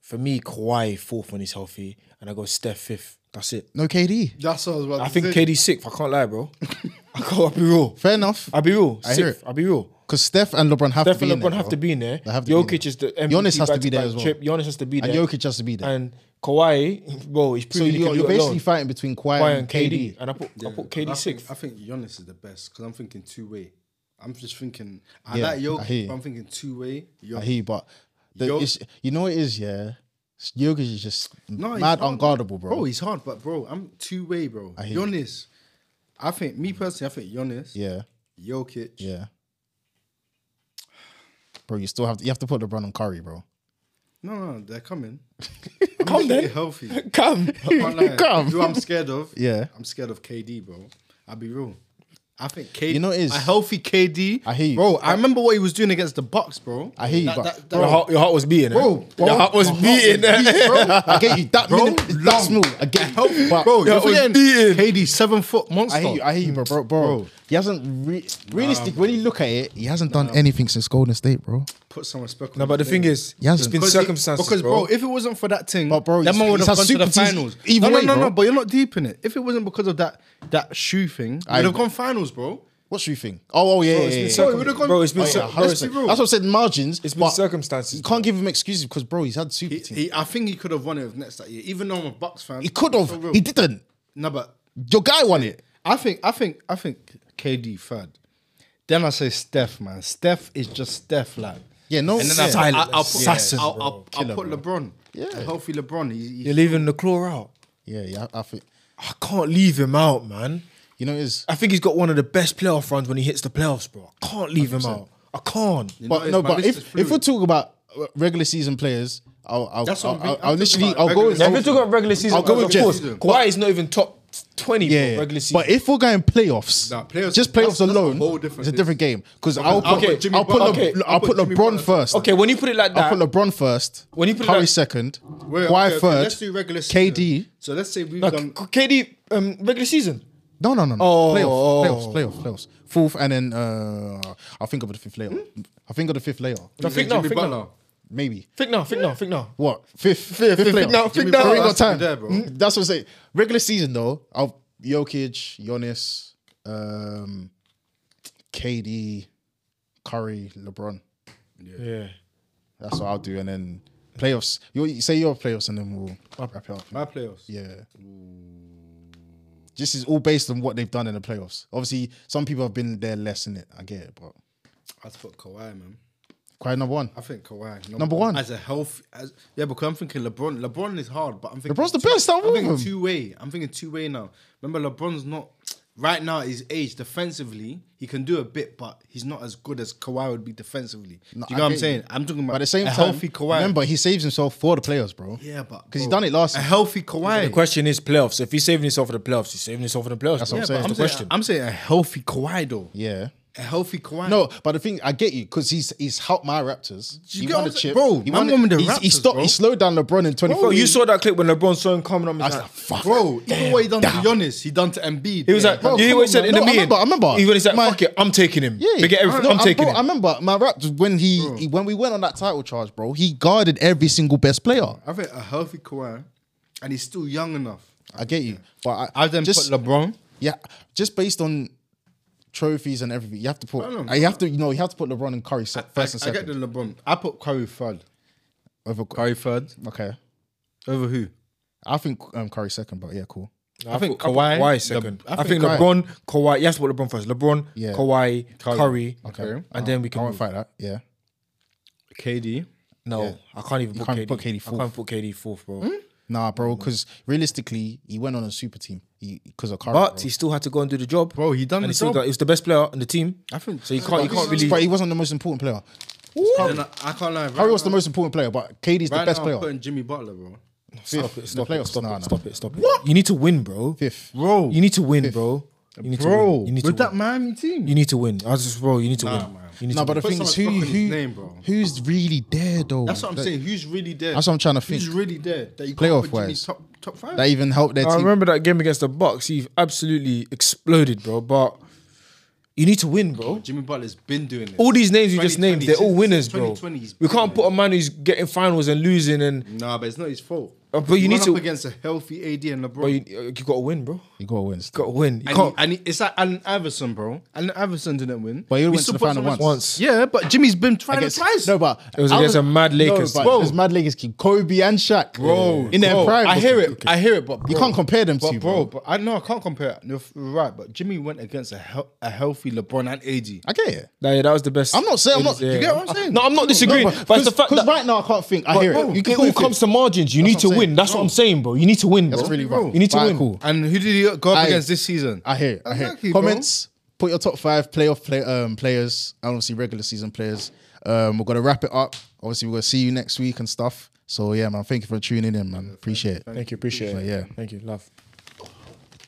C: For me, Kawhi fourth when he's healthy, and I go Steph fifth. That's it.
B: No KD.
A: That's what I was about
C: I
A: to
C: think
A: say.
C: KD sixth. I can't lie, bro. I go. I'll be real.
B: Fair enough.
C: I'll be real.
B: I hear
C: Sixth. I'll be real.
B: Because Steph and LeBron have
C: Steph
B: to be
C: and
B: in
C: LeBron
B: there,
C: have
B: bro.
C: to be in there.
B: They have to be in
C: Jokic
B: there.
C: is the MVP
B: Giannis has to be
C: back-to-back
B: there as well.
C: Trip. Giannis has to be
B: And
C: there.
B: Jokic has to be there.
C: And Kawhi, bro, he's
B: so
C: pretty.
B: you're, you're basically fighting between Kawhi,
C: Kawhi
B: and KD.
C: and I put I put
A: I
C: KD
A: think,
C: sixth.
A: I think Giannis is the best because I'm thinking two way. I'm just thinking I
B: Yeah,
A: like
B: I
A: Jokic,
B: hear you.
A: but I'm thinking two way.
B: I hear you, but the,
A: Yo-
B: it's, you know what it is, yeah? Jokic is just
A: No, he's
B: mad
A: hard,
B: unguardable, bro.
A: Bro, he's hard, but bro, I'm two way, bro. I
B: hear you.
A: Giannis. I think me personally, I think Giannis,
B: yeah,
A: Jokic.
B: yeah. Bro, you still have to, you have to put LeBron on Curry, bro.
A: No, no, they're coming. I'm Come
C: then.
A: Healthy.
C: Come,
A: Can't lie.
B: Come.
A: You know what I'm scared of?
B: Yeah.
A: I'm scared of KD, bro. I'll be real. I think KD.
B: You know it is.
A: a healthy KD.
B: I hear you.
A: bro. I remember what he was doing against the Bucks, bro.
B: I hear you,
A: That-
B: but-
A: that- that-
C: your heart, your heart was beating, eh?
A: Bro, bro,
C: your heart was
A: my heart
C: beating. eh?
B: I get you. That
A: Bro,
B: minute, is that
A: long.
B: small. I get you. But
A: bro, you're
C: was
A: forgetting
C: beating.
A: KD, seven foot monster.
B: I hear you. I hear you, bro. Bro, bro. he hasn't re- realistic. When you look at it, he hasn't done anything since Golden State, bro.
A: Put some respect. on
C: No, but the
A: his
C: thing
A: name.
C: is,
B: He hasn't.
C: it's been
A: Because he-
C: circumstances,
A: Because bro,
C: bro.
A: if it wasn't for that thing,
B: But, bro,
A: that
B: he's-
A: man would
B: he's
A: have gone
B: had
A: to the
B: super teams
A: finals.
B: either
A: no, no,
B: way,
A: no,
B: bro.
A: no. But you're not deep in it. If it wasn't because of that that shoe thing,
B: I
A: we'd have
B: agree.
A: gone finals, bro.
B: What's you think? Oh, oh yeah, yeah,
C: It's
B: yeah,
C: been
B: yeah.
A: circum-
C: circum-
A: would've gone-
C: bro, it's been
A: Oh,
C: cir-
A: yeah,
C: bro,
A: let's
C: it's-
A: be
B: That's
A: real.
B: what I said. Margins.
C: it's been
B: but
C: circumstances.
B: You can't give him excuses because, bro, he's had super
A: He,
B: team.
A: he, I think he could have won it with Nets that year, even though I'm a Bucks fan.
B: He could have.
A: So real.
B: He didn't.
A: No, but
B: Your guy won it.
A: I think I think I think KD third. Then I say Steph, man. Steph is just Steph, like.
B: Yeah, no.
A: And then
B: yeah.
A: I,
C: Silent
A: I, I'll put,
C: assassin,
A: I'll,
C: bro.
A: I'll, I'll put LeBron. Yeah, healthy LeBron. He, he-
C: You're leaving the claw out.
B: yeah, yeah. I think
C: I can't leave him out, man.
B: you know it is.
C: I think he's got one of the best playoff runs when he hits the playoffs, bro. I can't leave him out. I can't.
A: you know,
B: But
A: it's-
B: no,
A: my
B: but
A: list is
B: if
A: fluid.
B: if we're talking about uh, regular season players, I'll I'll
A: That's what
B: I'll,
A: I'm
B: I'll,
A: being-
B: I'll,
A: I'm talking
B: literally
A: about
B: I'll go.
A: regular
B: with-
A: season.
C: Now, if we're talking about regular season,
B: I'll go with
C: of
B: Jeff.
C: course, Kawhi is not even top twenty
B: Yeah,
C: bro,
B: yeah.
C: regular season.
B: but if we're going playoffs,
A: Nah, playoffs-
B: just
A: that's-
B: playoffs
A: that's a
B: alone,
A: whole different
B: it's a different game. Because I'll
A: I'll
B: put,
A: put Jimmy
B: I'll put,
A: Butler-
B: Le-
A: okay,
B: I'll put
A: Jimmy
B: LeBron
A: Butler.
B: first.
C: okay, when you put it like that,
B: I'll put Lebron first.
C: When you put it
B: Curry
C: like-
B: second,
A: Wait,
B: Kawhi
A: okay, okay,
B: third,
A: let's do regular season.
B: KD.
A: So let's say we've
C: no,
A: done.
C: K- KD um, regular season.
B: No, no, no, no.
C: Oh.
B: Playoffs, playoffs, playoffs, playoffs. Fourth, and then uh, I'll think of the fifth later. I'll think of the fifth later.
C: No, think now,
A: Jimmy
C: think
A: Butler.
C: now,
B: Maybe
C: think now, think now, think now.
B: what fifth, fifth, fifth, later.
C: no, fifth
B: We
C: later.
B: ain't got
A: Has to be
B: time.
A: there, bro.
B: Mm, That's what I'm saying. Regular season though, I'll Jokic, Giannis, um, KD, Curry, LeBron.
C: Yeah,
B: That's what I'll do, and then playoffs. You you say your playoffs, and then we'll wrap it up.
A: My playoffs.
B: Yeah.
A: Mm.
B: This is all based on what they've done in the playoffs. Obviously, some people have been there less in it. I get it, but
A: I'd put Kawhi, man.
B: quite number one.
A: I think Kawhi number,
B: one.
A: as a health. As, yeah, because I'm thinking LeBron. LeBron is hard, but I'm thinking
B: LeBron's the
A: two-
B: best out of all
A: I'm
B: of
A: thinking
B: them.
A: two way. I'm thinking two way now. Remember, LeBron's not right now. His age defensively, he can do a bit, but he's not as good as Kawhi would be defensively.
B: No,
A: do you
B: I
A: know what I'm
B: get
A: saying?
B: you.
A: I'm talking about
B: But at the
A: a
B: same time,
A: healthy Kawhi.
B: remember he saves himself for the playoffs, bro.
A: yeah, but
B: because he
A: bro,
B: done it last.
A: A
B: year.
A: healthy
C: The
A: Kawhi.
C: question is playoffs. if he's saving himself for the playoffs, he's saving himself for the playoffs.
B: That's
C: bro.
B: what
A: Yeah, but
B: saying.
A: I'm
B: The
A: saying, I'm saying a healthy Kawhi though.
B: yeah,
A: a healthy Kawhi.
B: No, but the thing I get you because he's he's helped my Raptors.
A: you
B: he
A: get
B: won
A: what
B: the
A: I'm
B: chip,
A: saying? Bro,
B: he
A: man
B: the-
A: won the
B: he's- He
A: Raptors,
B: stopped.
A: bro.
B: He slowed down LeBron in twenty
C: Bro,
B: four.
C: you saw that clip when LeBron saw him coming on.
B: I was
C: his hand.
B: like, fuck,
A: bro, even what he done to Giannis, he done to Embiid.
C: He was like,
B: Bro,
C: you hear
B: come
C: what
B: on,
C: he said
B: man.
C: in
B: No,
C: the
B: I
C: meeting?
B: remember, I remember.
C: He was like,
B: My-
C: fuck it, I'm taking him.
B: Yeah,
C: Forget everything,
B: No,
C: I'm taking
B: bro, I
C: him.
B: remember my Raptors when he, he- when we went on that title charge, bro. He guarded every single best player.
A: I think a healthy Kawhi, and he's still young enough.
B: I get you, but I,
A: I then
B: just
A: put LeBron.
B: yeah, just based on trophies and everything, you have to put
A: I don't
B: you have to you know you have to put LeBron and Curry se- first and
A: I, I get
B: second
A: the LeBron. I put Curry third.
B: over
A: Curry third
B: okay.
A: over who?
B: I think um, Curry second, but yeah, cool.
C: I, think
A: I put
C: Kawhi,
A: Kawhi
C: second.
A: Le- I
C: I think,
B: think
C: LeBron, Kawhi. Yes, what LeBron first. LeBron,
B: Yeah.
C: Kawhi, Curry,
A: Okay.
C: and then we
B: I
C: can.
B: won't
C: Move.
B: fight that. Yeah,
A: KD.
C: No, I can't even put,
B: can't
C: KD.
B: put KD
C: I can't put KD fourth, bro.
A: Hmm?
B: nah, bro,
A: Mm.
B: because realistically, he went on a super team because of Curry.
C: But
B: bro.
C: he still had to go and do the job,
A: Bro, he done
C: and
A: the
C: he still
A: job.
C: got- he was the best player on the team.
A: I think
C: so. You can't, you can't really.
B: but he wasn't the most important player.
A: And I, I can't lie. Right
B: Curry was the
A: now-
B: most important player, but KD's the
A: Right
B: best
A: now, I'm
B: player.
A: putting Jimmy Butler, bro.
B: Fifth in the playoffs.
C: Stop
B: Nah, nah.
C: it! Stop it! Stop it! What? You need to win, bro.
B: Fifth.
A: Bro.
C: you need to win, bro. You need to
A: Bro,
C: win. You need
A: with
C: to
A: that
C: win.
A: Miami team,
C: You need to win. I was just, bro. You need to win.
A: man.
C: You need
B: No,
C: to
B: but the
A: Put
C: win.
B: thing is,
A: someone
B: who,
A: fucking
B: who,
A: name, bro.
B: who's really there though?
A: that's what I'm
B: that,
A: saying. Who's really there?
B: That's what I'm trying to think.
A: Who's really there? That you
B: Playoff
A: can't put Jimmy
B: wise.
A: top top five.
B: That even helped their
C: I
B: team.
C: remember that game against the Bucks. He absolutely exploded, bro. But you need to win, bro.
A: Jimmy Butler's been doing it.
C: All these names you just named,
A: 2020,
C: they're all winners, bro.
A: 2020 's
C: We can't
A: been
C: put a man who's getting finals and losing, and
A: Nah, but it's not his fault.
C: Uh, but you
A: He
C: need
A: went
C: to-
A: up against a healthy AD and LeBron.
C: bro, you, you got to win, bro.
B: You gotta win.
C: Got to win. You
A: and, he,
C: can't.
A: and he- it's like Allen Iverson, bro. Allen Iverson didn't win.
B: But he
A: We
B: went
A: still
B: to the
A: put
B: final
A: someone-
B: once.
C: Once.
A: Yeah, but Jimmy's been trying to
B: Against-
A: twice.
B: No, but
C: It was
B: I
C: against a mad Lakers
B: No, but
C: team.
B: it was mad Lakers team. Kobe and Shaq,
A: bro,
B: in their
A: bro,
B: prime.
A: I hear it. I hear it, but
B: You
A: bro,
B: can't compare them
A: But
B: to,
A: bro,
B: bro.
A: but I know I can't compare. it. You're right, but Jimmy went against a, hel- a healthy LeBron and AD.
B: I get it.
C: Nah, yeah, that was the best.
B: I'm not saying- I'm not-
C: Yeah.
B: you
A: get what I'm saying?
C: No, I'm not disagreeing. but,
B: because
C: it's the fact that
B: right now I can't think. I hear
C: bro,
B: it. You
C: it
B: can
C: all comes to margins. You need
B: what
C: to
B: I'm saying.
C: win. That's what I'm saying, bro. You need to win, bro.
B: That's really wrong.
C: You need to
B: But
C: win.
B: cool.
A: And who did he go up
B: I-
A: against this season?
B: I hear it. I hear
A: Exactly,
B: it.
A: bro.
B: Comments. Put your top five playoff play, um, players, and obviously regular season players. Um, we're gonna wrap it up. Obviously, we're gonna see you next week and stuff. So yeah, man. Thank you for tuning in, man. Appreciate it.
C: Thank you. Appreciate
B: But
C: it.
B: yeah.
C: Thank you. Love.